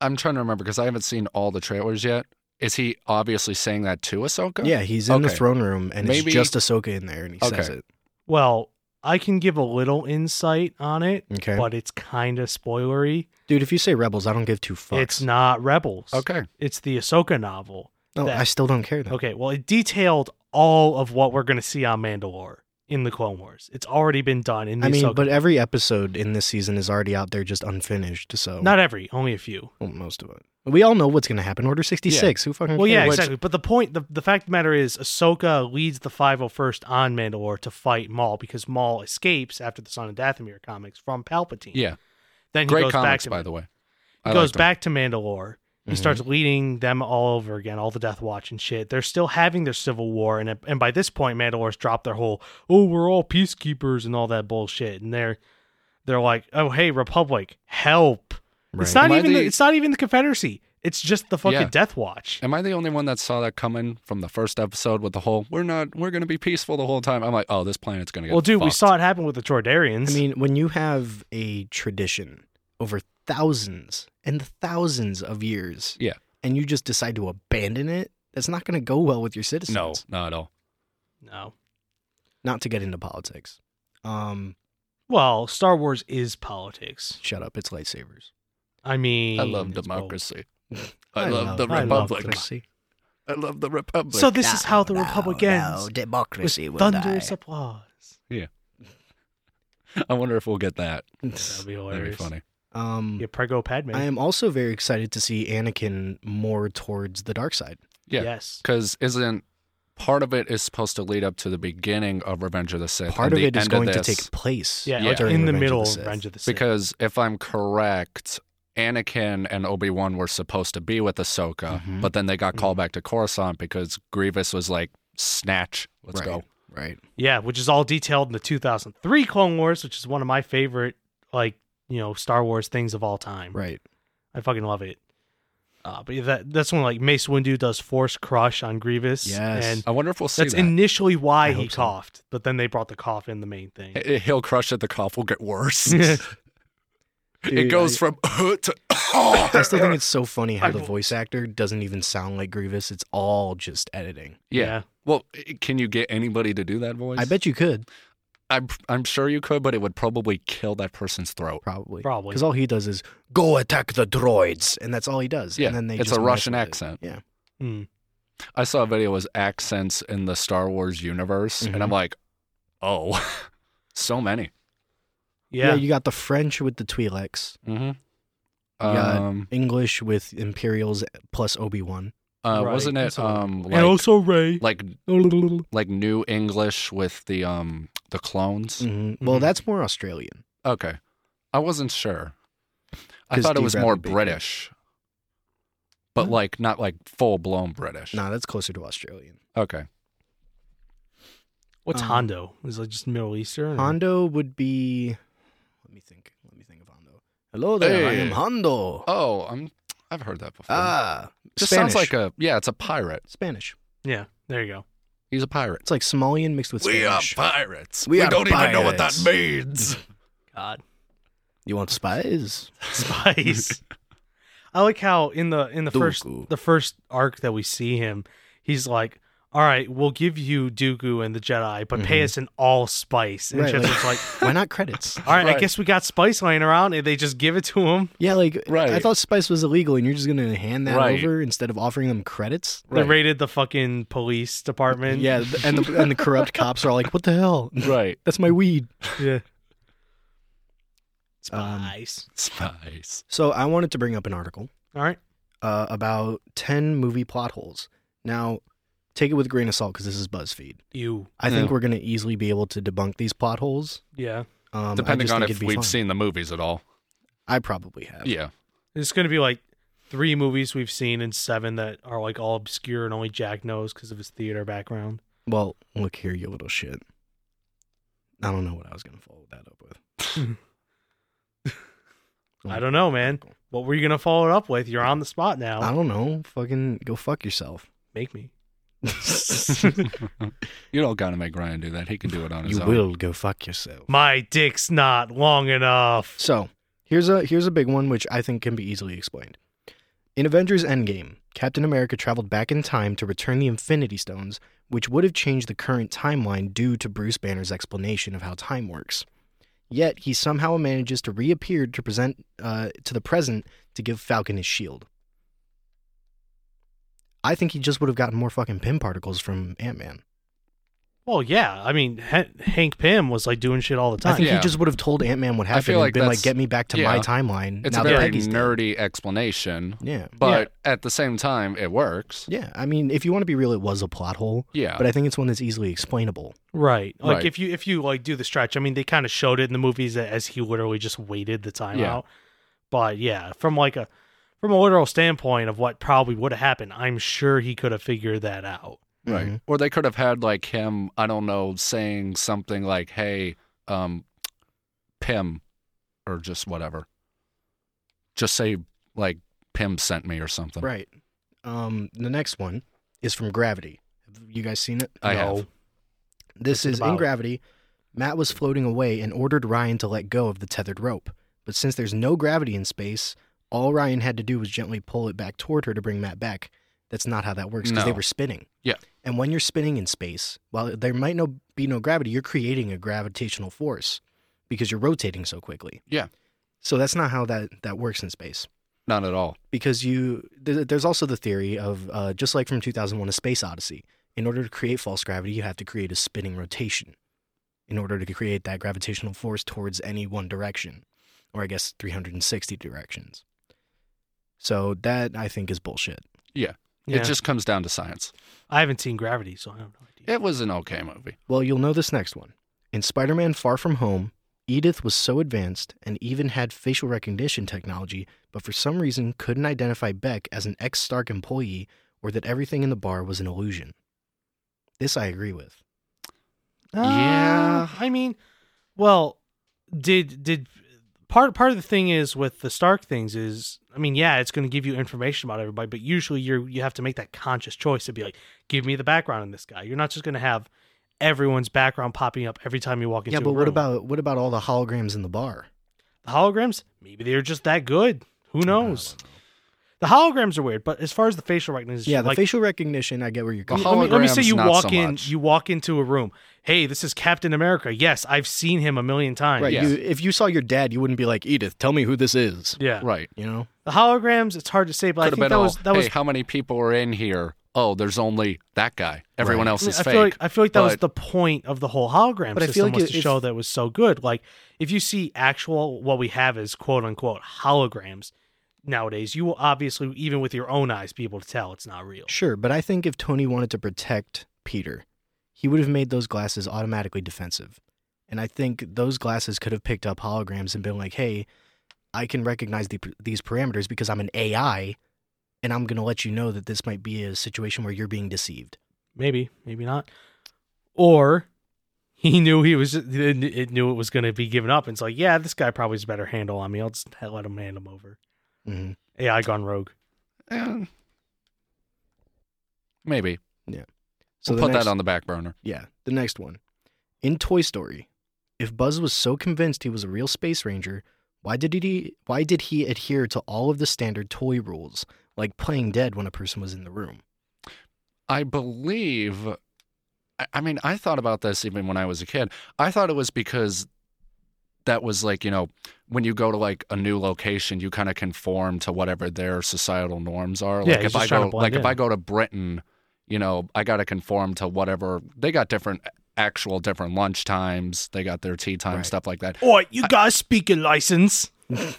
Speaker 2: I'm trying to remember because I haven't seen all the trailers yet. Is he obviously saying that to Ahsoka?
Speaker 1: Yeah, he's in the
Speaker 2: Okay.
Speaker 1: throne room and
Speaker 2: Maybe-
Speaker 1: it's just Ahsoka in there, and he says
Speaker 2: Okay.
Speaker 1: it.
Speaker 3: Well, I can give a little insight on it,
Speaker 1: Okay,
Speaker 3: but it's kind of spoilery.
Speaker 1: dude, if you say Rebels, I don't give two fucks.
Speaker 3: It's not Rebels.
Speaker 2: Okay.
Speaker 3: It's the Ahsoka novel.
Speaker 1: no,
Speaker 3: that-
Speaker 1: I still don't care though.
Speaker 3: Okay, well, it detailed all of what we're going to see on Mandalore in the Clone Wars. It's already been done in the
Speaker 1: I mean,
Speaker 3: Ahsoka-
Speaker 1: but every episode in this season is already out there, just unfinished. So
Speaker 3: not every, only a few.
Speaker 1: well, most of it. We all know what's going to happen. Order sixty six. Who fucking?
Speaker 3: Well, yeah,
Speaker 1: cares?
Speaker 3: exactly. But the point, the, the fact of the matter is, Ahsoka leads the 501st on Mandalore to fight Maul because Maul escapes after the Son of Dathomir comics from Palpatine.
Speaker 2: Yeah.
Speaker 3: Then he
Speaker 2: Great
Speaker 3: goes back
Speaker 2: comics,
Speaker 3: to
Speaker 2: by the way.
Speaker 3: He
Speaker 2: I
Speaker 3: goes
Speaker 2: liked them.
Speaker 3: back to Mandalore
Speaker 2: Mm-hmm.
Speaker 3: He starts leading them all over again, all the Death Watch and shit. They're still having their civil war, and and by this point, Mandalore's dropped their whole "oh, we're all peacekeepers" and all that bullshit, and they're they're like, "oh, hey, Republic, help!"
Speaker 2: Right.
Speaker 3: It's not
Speaker 2: Am I
Speaker 3: even the,
Speaker 2: the-
Speaker 3: it's not even the Confederacy. It's just the fucking
Speaker 2: Yeah.
Speaker 3: Death Watch.
Speaker 2: Am I the only one that saw that coming from the first episode with the whole "we're not we're gonna be peaceful the whole time"? I'm like, oh, this planet's gonna get
Speaker 3: Well, dude, we
Speaker 2: fucked."
Speaker 3: saw it happen with the Jordarians.
Speaker 1: I mean, when you have a tradition over thousands and thousands of years,
Speaker 2: Yeah.
Speaker 1: and you just decide to abandon it, that's not going to go well with your citizens.
Speaker 2: No, not at all.
Speaker 3: no.
Speaker 1: not to get into politics. Um,
Speaker 3: Well, Star Wars is politics.
Speaker 1: shut up, it's lightsabers.
Speaker 3: I mean,
Speaker 2: I love
Speaker 3: it's
Speaker 2: democracy. I, love, the
Speaker 3: I love
Speaker 2: republic.
Speaker 1: democracy.
Speaker 2: I love the
Speaker 3: both.
Speaker 2: republic.
Speaker 3: So this is how the Republic ends. with
Speaker 1: democracy
Speaker 3: thunderous applause.
Speaker 2: I wonder if we'll get that.
Speaker 3: That'd be
Speaker 2: That'd be
Speaker 3: hilarious.
Speaker 2: funny.
Speaker 1: um,
Speaker 3: Yeah, Prego Padme.
Speaker 1: I am also very excited to see Anakin more towards the dark side.
Speaker 2: Yeah.
Speaker 3: Yes.
Speaker 2: Because isn't part of it is supposed to lead up to the beginning of Revenge of the Sith?
Speaker 1: Part
Speaker 2: and
Speaker 1: of
Speaker 2: the
Speaker 1: it is
Speaker 2: end
Speaker 1: going to
Speaker 2: this,
Speaker 1: take place.
Speaker 3: Yeah,
Speaker 2: Yeah.
Speaker 3: like
Speaker 1: during
Speaker 3: in the
Speaker 1: Revenge of
Speaker 3: middle of
Speaker 1: Sith.
Speaker 3: Revenge of the Sith.
Speaker 2: because if I'm correct, Anakin and Obi Wan were supposed to be with Ahsoka,
Speaker 1: Mhm.
Speaker 2: but then they got
Speaker 3: Mhm.
Speaker 2: called back to Coruscant because Grievous was like, "Snatch, let's
Speaker 1: right,
Speaker 2: go."
Speaker 1: Right.
Speaker 3: yeah, which is all detailed in the 2003 Clone Wars, which is one of my favorite, like, you know, Star Wars things of all time.
Speaker 1: Right.
Speaker 3: I fucking love it. Uh, but that that's when like Mace Windu does Force Crush on Grievous.
Speaker 1: Yes. Oh,
Speaker 3: And
Speaker 2: I wonder if we'll see
Speaker 3: that's
Speaker 2: that.
Speaker 3: initially why
Speaker 1: I
Speaker 3: he
Speaker 1: hope so.
Speaker 3: coughed, but then they brought the cough in the main thing.
Speaker 2: I- He'll crush it. The cough will get worse. it
Speaker 1: Dude,
Speaker 2: goes
Speaker 1: I-
Speaker 2: from to.
Speaker 1: I still think it's so funny how
Speaker 3: I
Speaker 1: the
Speaker 3: will-
Speaker 1: voice actor doesn't even sound like Grievous. It's all just editing.
Speaker 2: yeah. Well, i- can you get anybody to do that voice?
Speaker 1: I bet you could
Speaker 2: I'm, I'm sure you could, but it would probably kill that person's throat.
Speaker 1: probably,
Speaker 3: Probably.
Speaker 1: because all he does is go attack the droids, and that's all he does.
Speaker 2: Yeah,
Speaker 1: and then they
Speaker 2: it's
Speaker 1: just
Speaker 2: a
Speaker 1: mess
Speaker 2: Russian
Speaker 1: with it.
Speaker 2: accent.
Speaker 1: Yeah,
Speaker 3: Mm.
Speaker 2: I saw a video it was accents in the Star Wars universe, and I'm
Speaker 1: Mm-hmm.
Speaker 2: like, oh, so many.
Speaker 1: yeah.
Speaker 3: Yeah.
Speaker 1: You got the French with the Twi'leks,
Speaker 2: Mm-hmm.
Speaker 1: Yeah.
Speaker 2: Um,
Speaker 1: English with Imperials plus Obi Wan.
Speaker 2: uh,
Speaker 3: Right.
Speaker 2: wasn't
Speaker 3: That's
Speaker 2: it
Speaker 3: a lot.
Speaker 2: um
Speaker 3: and
Speaker 2: like,
Speaker 3: also Ray.
Speaker 2: like
Speaker 1: hmm
Speaker 2: like New English with the um the clones?
Speaker 1: Mm-hmm. Well,
Speaker 3: Mhm.
Speaker 2: Mm-hmm.
Speaker 1: that's more Australian.
Speaker 2: Okay, I wasn't sure. I
Speaker 1: 'Cause
Speaker 2: thought it
Speaker 1: D.
Speaker 2: was more
Speaker 1: Bradley Baker.
Speaker 2: British, but
Speaker 1: Hmm.
Speaker 2: like not like full blown British.
Speaker 1: Nah, that's closer to Australian.
Speaker 2: Okay,
Speaker 3: What's
Speaker 1: um,
Speaker 3: Hondo? Is it just Middle
Speaker 2: Hmm.
Speaker 3: Eastern? or-
Speaker 1: Hondo would be. Let me think. Let me think of Hondo. Hello there. I
Speaker 2: Hey.
Speaker 1: am Hondo.
Speaker 2: Oh, I'm. I've heard that before.
Speaker 1: ah,
Speaker 2: Just
Speaker 1: Spanish.
Speaker 2: sounds like a yeah. It's a pirate.
Speaker 1: Spanish.
Speaker 3: Yeah, there you go.
Speaker 2: He's a pirate.
Speaker 1: It's like Somalian mixed with Spanish.
Speaker 2: pirates.
Speaker 1: We We are don't even know what that pirates.
Speaker 2: means.
Speaker 3: God.
Speaker 1: you want spies?
Speaker 3: Spice. I like how in the in the first
Speaker 1: Dooku.
Speaker 3: the first arc that we see him, he's like, "All right, we'll give you Dooku and the Jedi, but pay
Speaker 1: Mhm.
Speaker 3: us in all spice." And
Speaker 1: Right,
Speaker 3: Chip's
Speaker 1: like-
Speaker 3: just like,
Speaker 1: Why not credits?
Speaker 3: "All right, I
Speaker 2: Right.
Speaker 3: guess we got spice laying around," and they just give it to him.
Speaker 1: Yeah, like I
Speaker 2: Right.
Speaker 1: thought spice was illegal, and you're just gonna hand that
Speaker 2: Right.
Speaker 1: over instead of offering them credits.
Speaker 3: They raided the fucking police department.
Speaker 1: Yeah, th- and the, and the corrupt cops are all like, "What the hell?
Speaker 2: Right.
Speaker 1: That's my weed."
Speaker 3: yeah.
Speaker 1: Um,
Speaker 3: Spice.
Speaker 2: Spice.
Speaker 1: So I wanted to bring up an article
Speaker 3: all right.
Speaker 1: uh, about ten movie plot holes. Now, take it with a grain of salt because this is BuzzFeed.
Speaker 3: You.
Speaker 1: I think
Speaker 2: Yeah.
Speaker 1: we're gonna easily be able to debunk these plot holes.
Speaker 3: Yeah.
Speaker 1: Um, I
Speaker 2: Depending
Speaker 1: just
Speaker 2: on
Speaker 1: think
Speaker 2: if
Speaker 1: it'd be
Speaker 2: we've
Speaker 1: fun.
Speaker 2: seen the movies at all.
Speaker 1: I probably have.
Speaker 2: Yeah.
Speaker 3: It's gonna be like three movies we've seen and seven that are like all obscure and only Jack knows because of his theater background.
Speaker 1: Well, look here, you little shit. I don't know what I was gonna follow that up with.
Speaker 3: I don't know, man. What were you gonna follow it up with? You're on the spot now.
Speaker 1: I don't know. Fucking go fuck yourself.
Speaker 3: Make me.
Speaker 2: you don't gotta make Ryan do that. He can do it on his
Speaker 1: you
Speaker 2: own.
Speaker 1: will go fuck yourself.
Speaker 3: My dick's not long enough.
Speaker 1: So here's a here's a big one which I think can be easily explained. In Avengers Endgame, Captain America traveled back in time to return the Infinity Stones, which would have changed the current timeline due to Bruce Banner's explanation of how time works. Yet he somehow manages to reappear to present uh, to the present to give Falcon his shield. I think he just would have gotten more fucking pin particles from Ant Man.
Speaker 3: Well, yeah. I mean, H- Hank Pym was like doing shit all the
Speaker 1: I
Speaker 3: time.
Speaker 1: think
Speaker 2: Yeah.
Speaker 1: he just would have told Ant Man what happened
Speaker 2: feel
Speaker 1: and
Speaker 2: like
Speaker 1: been like,
Speaker 2: that's-
Speaker 1: "Get me back to my
Speaker 2: yeah.
Speaker 1: timeline."
Speaker 2: It's
Speaker 1: now
Speaker 2: a
Speaker 1: that
Speaker 2: very
Speaker 1: Peggy's dead."
Speaker 2: nerdy explanation,
Speaker 1: Yeah.
Speaker 2: but at the same time, it works.
Speaker 1: Yeah, I mean, if you want to be real, it was a plot hole,
Speaker 2: Yeah.
Speaker 1: but I think it's one that's easily explainable.
Speaker 3: Right. Like
Speaker 2: Right.
Speaker 3: if you if you like do the stretch, I mean, they kind of showed it in the movies that as he literally just waited the time
Speaker 2: Yeah.
Speaker 3: out. But yeah, from like a from a literal standpoint of what probably would have happened, I'm sure he could have figured that out.
Speaker 2: Right.
Speaker 1: Mhm.
Speaker 2: Mm-hmm. Or they could have had like him, I don't know, saying something like, hey, um, Pim, or just whatever. Just say, like, Pim sent me or something.
Speaker 1: Right. Um, the next one is from Gravity. Have you guys seen it?
Speaker 2: I
Speaker 3: No.
Speaker 2: have.
Speaker 1: This
Speaker 3: What's it
Speaker 1: is in
Speaker 3: about?
Speaker 1: gravity. Matt was floating away and ordered Ryan to let go of the tethered rope. But since there's no gravity in space, all Ryan had to do was gently pull it back toward her to bring Matt back. That's not how that works because they
Speaker 2: No.
Speaker 1: were spinning.
Speaker 2: Yeah.
Speaker 1: And when you're spinning in space, while there might no be no gravity, you're creating a gravitational force because you're rotating so quickly.
Speaker 2: Yeah.
Speaker 1: So that's not how that, that works in space
Speaker 2: Not at all.
Speaker 1: because you th- there's also the theory of uh, just like from 2001 a space odyssey in order to create false gravity you have to create a spinning rotation in order to create that gravitational force towards any one direction or i guess 360 directions so that i think is bullshit
Speaker 3: Yeah.
Speaker 2: It just comes down to science.
Speaker 3: I haven't seen Gravity, so I have no idea.
Speaker 2: It was an okay movie.
Speaker 1: well you'll know this next one in spider-man far from home edith was so advanced and even had facial recognition technology but for some reason couldn't identify beck as an ex-stark employee or that everything in the bar was an illusion this i agree with
Speaker 2: Yeah.
Speaker 3: Uh, I mean, well, did did part part of the thing is with the Stark things is I mean, yeah, it's going to give you information about everybody, but usually you you have to make that conscious choice to be like, give me the background on this guy. You're not just going to have everyone's background popping up every time you walk into
Speaker 1: Yeah,
Speaker 3: a
Speaker 1: but what
Speaker 3: room.
Speaker 1: about what about all the holograms in the bar?
Speaker 3: the holograms? Maybe they're just that good. Who knows? The holograms are weird, but as far as the facial recognition,
Speaker 1: Yeah, the
Speaker 3: like,
Speaker 1: facial recognition. I get where you're
Speaker 2: The
Speaker 1: going.
Speaker 2: hol-
Speaker 3: let me, let me say
Speaker 2: Holograms,
Speaker 3: you
Speaker 2: not
Speaker 3: walk
Speaker 2: so
Speaker 3: in
Speaker 2: much.
Speaker 3: you walk into a room hey this is captain america yes i've seen him a million times
Speaker 1: right.
Speaker 2: yeah.
Speaker 1: You, if you saw your dad, you wouldn't be like Edith. Tell me who this is.
Speaker 3: yeah
Speaker 2: Right.
Speaker 1: You know.
Speaker 3: the holograms it's hard to say
Speaker 2: Could
Speaker 3: but i
Speaker 2: have
Speaker 3: think
Speaker 2: been
Speaker 3: that
Speaker 2: all,
Speaker 3: was that was
Speaker 2: hey, how many people are in here? Oh, there's only that guy. Everyone
Speaker 1: Right.
Speaker 2: else is
Speaker 3: I
Speaker 2: fake.
Speaker 3: feel like I feel like that was
Speaker 2: but-
Speaker 3: the point of the whole hologram
Speaker 1: But I
Speaker 3: system
Speaker 1: feel like
Speaker 3: was
Speaker 1: it-
Speaker 3: to
Speaker 1: if-
Speaker 3: show that it was so good. Like if you see actual what we have is quote unquote holograms nowadays, you will obviously even with your own eyes be able to tell it's not real.
Speaker 1: Sure, but I think if Tony wanted to protect Peter, he would have made those glasses automatically defensive, and I think those glasses could have picked up holograms and been like, "Hey, I can recognize the, these parameters because I'm an AI, and I'm gonna let you know that this might be a situation where you're being deceived."
Speaker 3: Maybe, maybe not. Or he knew he was it knew it was going to be given up and it's like, yeah, this guy probably has a better handle on me. I'll just let him hand him over.
Speaker 1: Mhm.
Speaker 3: AI gone rogue.
Speaker 2: Eh, maybe.
Speaker 1: So
Speaker 2: we'll
Speaker 1: the
Speaker 2: put
Speaker 1: next-
Speaker 2: that on the back burner.
Speaker 1: Yeah, the next one. In Toy Story, if Buzz was so convinced he was a real space ranger, why did he why did he adhere to all of the standard toy rules, like playing dead when a person was in the room?
Speaker 2: I believe. I- I mean, I thought about this even when I was a kid. I thought it was because that was like, you know, when you go to like a new location, you kind of conform to whatever their societal norms are.
Speaker 3: Yeah,
Speaker 2: Like
Speaker 3: he's
Speaker 2: if
Speaker 3: just
Speaker 2: I
Speaker 3: trying to
Speaker 2: go,
Speaker 3: blend
Speaker 2: like if
Speaker 3: in.
Speaker 2: I go to Britain, you know, I got to conform to whatever they got different actual different lunch times. They got their tea time
Speaker 1: Right.
Speaker 2: stuff like that,
Speaker 3: Oi, you got a speaking license.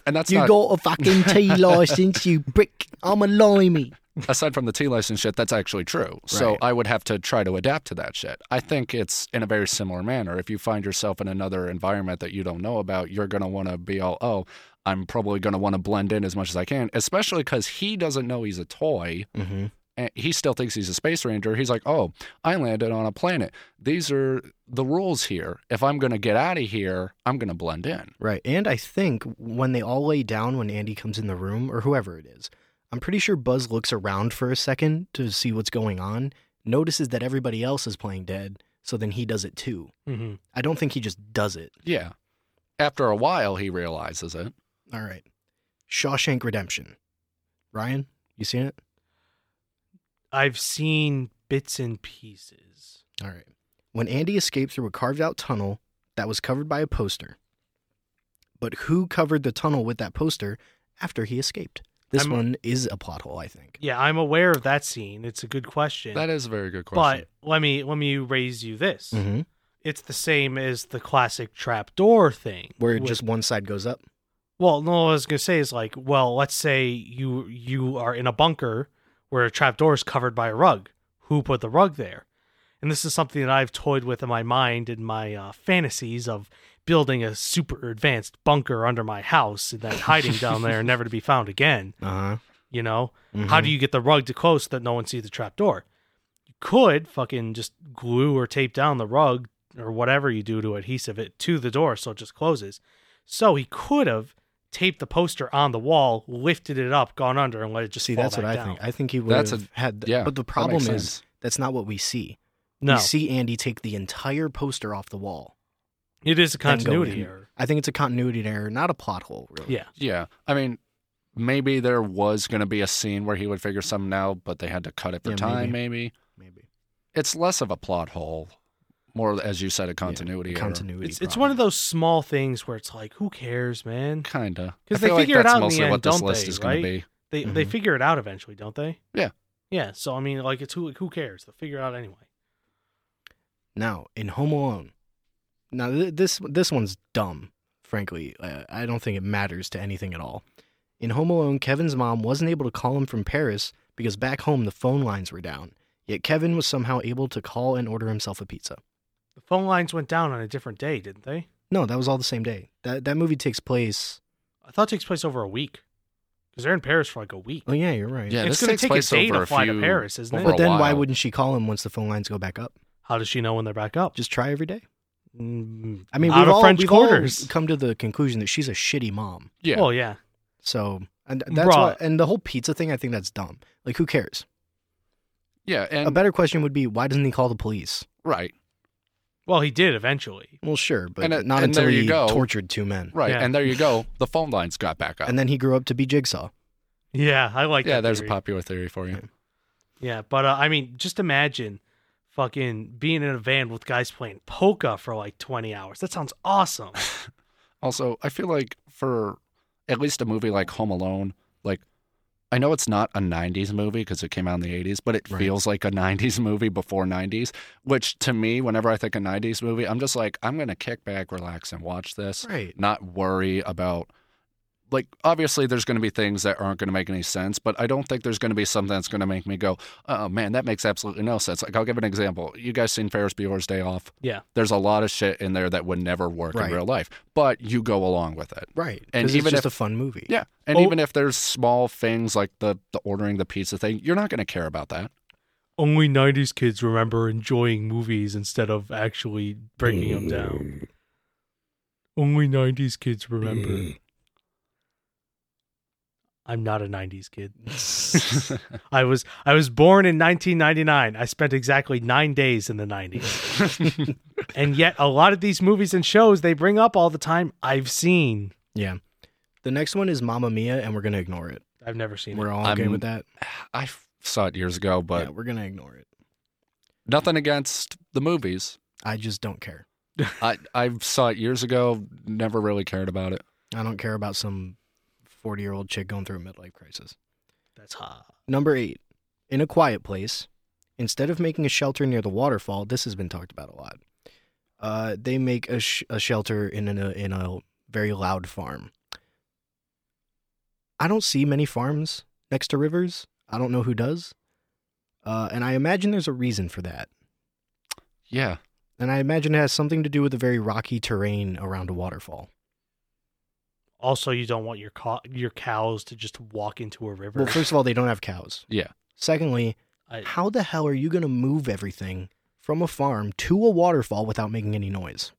Speaker 2: and that's
Speaker 1: you
Speaker 2: not
Speaker 1: got a fucking tea license, you brick. I'm a limey.
Speaker 2: aside from the tea license shit, that's actually true. So
Speaker 1: Right.
Speaker 2: I would have to try to adapt to that shit. I think it's in a very similar manner. If you find yourself in another environment that you don't know about, you're going to want to be all, oh, I'm probably going to want to blend in as much as I can, especially because he doesn't know he's a toy.
Speaker 1: Mm-hmm.
Speaker 2: And he still thinks he's a space ranger. He's like, oh, I landed on a planet. These are the rules here. If I'm going to get out of here, I'm going to blend in.
Speaker 1: Right. And I think when they all lay down when Andy comes in the room or whoever it is, I'm pretty sure Buzz looks around for a second to see what's going on, notices that everybody else is playing dead, so then he does it too.
Speaker 3: Mm-hmm.
Speaker 1: I don't think he just does it.
Speaker 2: Yeah. After a while, he realizes it.
Speaker 1: All right. Shawshank Redemption. Ryan, you seen it?
Speaker 3: I've seen bits and pieces.
Speaker 1: All right. When Andy escaped through a carved out tunnel that was covered by a poster. But who covered the tunnel with that poster after he escaped? This
Speaker 3: I'm-
Speaker 1: one is a plot hole, I think.
Speaker 3: Yeah, I'm aware of that scene. It's a good question.
Speaker 2: That is a very good question.
Speaker 3: but let me let me raise you this.
Speaker 1: Mm-hmm.
Speaker 3: It's the same as the classic trapdoor thing.
Speaker 1: Where
Speaker 3: with-
Speaker 1: just one side goes up.
Speaker 3: Well, no, what I was gonna say is like, well, let's say you you are in a bunker where a trapdoor is covered by a rug. Who put the rug there? And this is something that I've toyed with in my mind in my uh, fantasies of building a super advanced bunker under my house and then hiding down there, never to be found again.
Speaker 2: Uh-huh.
Speaker 1: Uh huh.
Speaker 3: You know, how
Speaker 1: Mm-hmm.
Speaker 3: do you get the rug to close so that no one sees the trap door? You could fucking just glue or tape down the rug or whatever you do to adhesive it to the door so it just closes. So he could have taped the poster on the wall, lifted it up, gone under, and let it just
Speaker 1: see?
Speaker 3: fall
Speaker 1: That's what
Speaker 3: back
Speaker 1: I
Speaker 3: down.
Speaker 1: think. I think he would
Speaker 2: That's
Speaker 1: have had.
Speaker 2: yeah,
Speaker 1: but the
Speaker 2: that makes
Speaker 1: problem is
Speaker 2: sense.
Speaker 1: that's not what we see.
Speaker 3: No,
Speaker 1: We see Andy take the entire poster off the wall.
Speaker 3: it is a
Speaker 1: then go
Speaker 3: continuity
Speaker 1: in.
Speaker 3: error.
Speaker 1: I think it's a continuity error, not a plot hole. Really.
Speaker 3: Yeah,
Speaker 2: Yeah. I mean, maybe there was going to be a scene where he would figure something out, but they had to cut it for
Speaker 1: Yeah,
Speaker 2: time, maybe.
Speaker 1: Maybe
Speaker 2: It's less of a plot hole, more, as you said, a continuity error.
Speaker 1: continuity.
Speaker 3: it's it's one of
Speaker 1: problem.
Speaker 3: those small things where it's like, who cares, man?
Speaker 2: Kinda.
Speaker 3: 'Cause
Speaker 2: I
Speaker 3: they
Speaker 2: feel like
Speaker 3: figure it
Speaker 2: that's
Speaker 3: out in the
Speaker 2: mostly
Speaker 3: end,
Speaker 2: what this
Speaker 3: don't
Speaker 2: list
Speaker 3: they,
Speaker 2: is going
Speaker 3: right?
Speaker 2: to be.
Speaker 3: They they
Speaker 1: Mhm.
Speaker 3: figure it out eventually, don't they?
Speaker 2: Yeah.
Speaker 3: yeah. So I mean, like, it's who who cares? They'll figure it out anyway.
Speaker 1: Now in Home Alone. Now th- this this one's dumb. Frankly, uh, I don't think it matters to anything at all. In Home Alone, Kevin's mom wasn't able to call him from Paris because back home the phone lines were down. Yet Kevin was somehow able to call and order himself a pizza.
Speaker 3: The phone lines went down on a different day, didn't they?
Speaker 1: No, that was all the same day. That that movie takes place.
Speaker 3: I thought it takes place over a week because they're in Paris for like a week.
Speaker 1: Oh yeah, you're right.
Speaker 2: Yeah,
Speaker 3: It's
Speaker 2: this
Speaker 3: gonna
Speaker 2: takes
Speaker 3: take a
Speaker 2: place
Speaker 3: day
Speaker 2: over
Speaker 3: to
Speaker 2: a
Speaker 3: fly to
Speaker 2: few-
Speaker 3: Paris, isn't it?
Speaker 2: over
Speaker 1: But
Speaker 2: a
Speaker 1: then why
Speaker 2: while.
Speaker 1: wouldn't she call him once the phone lines go back up?
Speaker 3: How does she know when they're back up?
Speaker 1: Just try every day.
Speaker 3: Mm,
Speaker 1: I mean,
Speaker 3: out
Speaker 1: we've
Speaker 3: of
Speaker 1: all,
Speaker 3: French
Speaker 1: we've all
Speaker 3: quarters.
Speaker 1: come to the conclusion that she's a shitty mom.
Speaker 2: Yeah.
Speaker 3: Well, yeah.
Speaker 1: So, and that's
Speaker 3: Bruh.
Speaker 1: why, and the whole pizza thing, I think that's dumb. Like, who cares?
Speaker 2: yeah.
Speaker 1: a
Speaker 2: And,
Speaker 1: better question would be, why doesn't he call the police?
Speaker 2: right.
Speaker 3: Well, he did eventually.
Speaker 1: Well, sure, but
Speaker 2: And, uh,
Speaker 1: not
Speaker 2: and
Speaker 1: until
Speaker 2: there you
Speaker 1: he
Speaker 2: go.
Speaker 1: tortured two men,
Speaker 2: Right.
Speaker 3: Yeah.
Speaker 2: And there you go. The phone lines got back up.
Speaker 1: and then he grew up to be Jigsaw.
Speaker 3: Yeah, I like
Speaker 2: yeah,
Speaker 3: that.
Speaker 2: there's
Speaker 3: theory.
Speaker 2: a popular theory for you.
Speaker 3: Yeah, but uh, I mean, just imagine fucking being in a van with guys playing polka for like 20 hours. That sounds awesome.
Speaker 2: Also, I feel like for at least a movie like Home Alone, like I know it's not a 90s movie because it came out in the 80s, but it
Speaker 1: Right.
Speaker 2: feels like a 90s movie before 90s, which to me, whenever I think a 90s movie, I'm just like, I'm going to kick back, relax, and watch this,
Speaker 1: Right.
Speaker 2: not worry about. Like, obviously, there's going to be things that aren't going to make any sense, but I don't think there's going to be something that's going to make me go, oh man, that makes absolutely no sense. Like, I'll give an example. You guys seen Ferris Bueller's Day Off?
Speaker 3: Yeah.
Speaker 2: There's a lot of shit in there that would never work
Speaker 1: Right.
Speaker 2: in real life, but you go along with it.
Speaker 1: Right.
Speaker 2: And
Speaker 1: And it's
Speaker 2: even
Speaker 1: just
Speaker 2: if-
Speaker 1: a fun movie.
Speaker 2: Yeah. And
Speaker 3: Oh.
Speaker 2: even if there's small things like the, the ordering the pizza thing, you're not going to care about that.
Speaker 3: Only 90s kids remember enjoying movies instead of actually breaking them
Speaker 2: Mm.
Speaker 3: down. Only 90s kids
Speaker 2: Mm.
Speaker 3: remember. I'm not a 90s kid. I was I was born in 1999. I spent exactly 9 days in the 90s. and yet a lot of these movies and shows they bring up all the time I've seen.
Speaker 1: Yeah. The next one is Mamma Mia, and we're gonna ignore it.
Speaker 3: I've never seen
Speaker 1: We're
Speaker 3: it.
Speaker 1: all okay
Speaker 2: I'm-
Speaker 1: with that.
Speaker 2: I f- saw it years ago, but
Speaker 1: yeah, we're gonna ignore it.
Speaker 2: nothing against the movies.
Speaker 1: I just don't care.
Speaker 2: I, I saw it years ago, never really cared about it.
Speaker 1: I don't care about some forty-year-old chick going through a midlife crisis.
Speaker 3: That's hot.
Speaker 1: Number eight, in a quiet place. Instead of making a shelter near the waterfall, this has been talked about a lot. Uh, they make a, sh- a shelter in, an, a, in a very loud farm. I don't see many farms next to rivers. I don't know who does. Uh, and I imagine there's a reason for that.
Speaker 2: Yeah.
Speaker 1: And I imagine it has something to do with the very rocky terrain around a waterfall.
Speaker 3: Also, you don't want your co- your cows to just walk into a river.
Speaker 1: Well, first of all, they don't have cows.
Speaker 2: Yeah.
Speaker 1: Secondly,
Speaker 3: I,
Speaker 1: how the hell are you going to move everything from a farm to a waterfall without making any noise?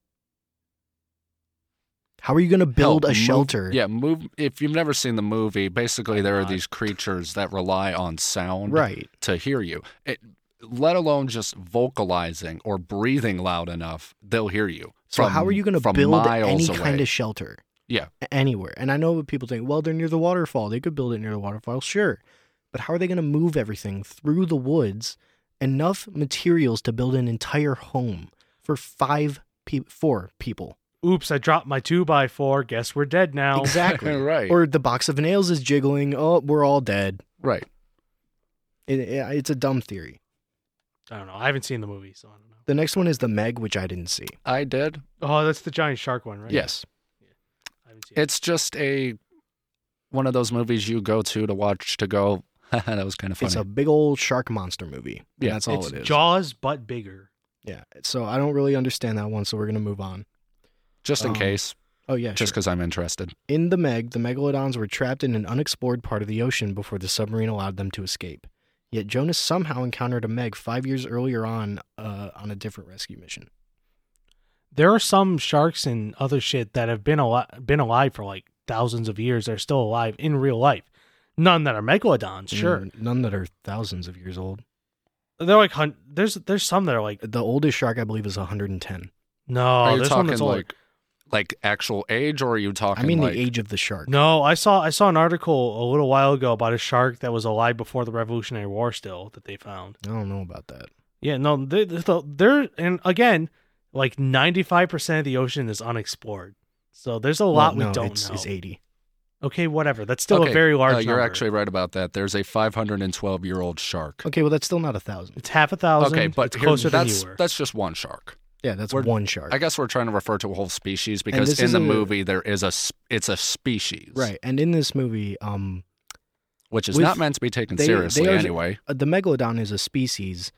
Speaker 1: How are you going to build
Speaker 2: Hell,
Speaker 1: a
Speaker 2: move-
Speaker 1: shelter?
Speaker 2: yeah. Move. If you've never seen the movie, basically there are
Speaker 3: not.
Speaker 2: these creatures that rely on sound
Speaker 1: Right.
Speaker 2: to hear you. It, let alone just vocalizing or breathing loud enough, they'll hear you.
Speaker 1: So
Speaker 2: from-
Speaker 1: how are you going to
Speaker 2: from
Speaker 1: build
Speaker 2: miles
Speaker 1: any
Speaker 2: away.
Speaker 1: kind of shelter
Speaker 2: yeah.
Speaker 1: anywhere? And I know what people think, well, they're near the waterfall. They could build it near the waterfall, sure. But how are they going to move everything through the woods enough materials to build an entire home for five people, four people?
Speaker 3: oops, I dropped my two by four. Guess we're dead now.
Speaker 1: Exactly.
Speaker 2: Right.
Speaker 1: Or the box of nails is jiggling. Oh, we're all dead.
Speaker 2: Right.
Speaker 1: It, it, it's a dumb theory.
Speaker 3: I don't know. I haven't seen the movie, so I don't know.
Speaker 1: The next one is the Meg, which I didn't see.
Speaker 2: I did.
Speaker 3: Oh, that's the giant shark one, right?
Speaker 2: Yes.
Speaker 3: I haven't seen it.
Speaker 2: It's just a one of those movies you go to to watch to go. that was kind of funny.
Speaker 1: It's a big old shark monster movie. Yeah,
Speaker 2: Yeah.
Speaker 1: that's all
Speaker 3: it's
Speaker 1: it is.
Speaker 3: Jaws, but bigger.
Speaker 1: yeah. So I don't really understand that one, so we're gonna move on.
Speaker 2: just in
Speaker 1: um,
Speaker 2: case.
Speaker 1: Oh yeah,
Speaker 2: just
Speaker 1: sure.
Speaker 2: because I'm interested.
Speaker 1: In the Meg, the megalodons were trapped in an unexplored part of the ocean before the submarine allowed them to escape. Yet Jonas somehow encountered a Meg five years earlier on uh, on a different rescue mission.
Speaker 3: There are some sharks and other shit that have been alive, been alive for like thousands of years. They're still alive in real life. None that are megalodons, sure.
Speaker 1: Mm, none that are thousands of years old.
Speaker 3: They're like hun- there's there's some that are like
Speaker 1: The oldest shark, I believe, is 110.
Speaker 3: no.
Speaker 2: are you
Speaker 3: There's Oh, one
Speaker 2: talking
Speaker 3: that's older.
Speaker 2: like like actual age, or are you talking?
Speaker 1: I mean
Speaker 2: like,
Speaker 1: the age of the shark.
Speaker 3: No, I saw I saw an article a little while ago about a shark that was alive before the Revolutionary War still that they found.
Speaker 1: I don't know about that.
Speaker 3: Yeah, no, they, they- they're and again, like ninety five percent of the ocean is unexplored, so there's a lot
Speaker 1: Well,
Speaker 3: we
Speaker 1: no,
Speaker 3: don't
Speaker 1: it's,
Speaker 3: know.
Speaker 1: It's 80.
Speaker 3: Okay, whatever. That's still
Speaker 2: Okay,
Speaker 3: a very large.
Speaker 2: uh, you're
Speaker 3: number.
Speaker 2: actually right about that. There's a 512 year old shark.
Speaker 1: Okay, well that's still not a thousand.
Speaker 3: it's half a thousand.
Speaker 2: Okay, but
Speaker 3: it's
Speaker 2: here-
Speaker 3: closer
Speaker 2: that's
Speaker 3: than you were.
Speaker 2: that's just one shark.
Speaker 1: Yeah, that's
Speaker 2: We're-
Speaker 1: one shark.
Speaker 2: I guess we're trying to refer to a whole species
Speaker 1: this
Speaker 2: because in
Speaker 1: is
Speaker 2: the
Speaker 1: a-
Speaker 2: movie there is a s- it's a species,
Speaker 1: right. And in this movie, um,
Speaker 2: Which is
Speaker 1: With-
Speaker 2: not meant to be taken
Speaker 1: they-
Speaker 2: seriously
Speaker 1: they are-
Speaker 2: anyway.
Speaker 1: uh, the megalodon is a species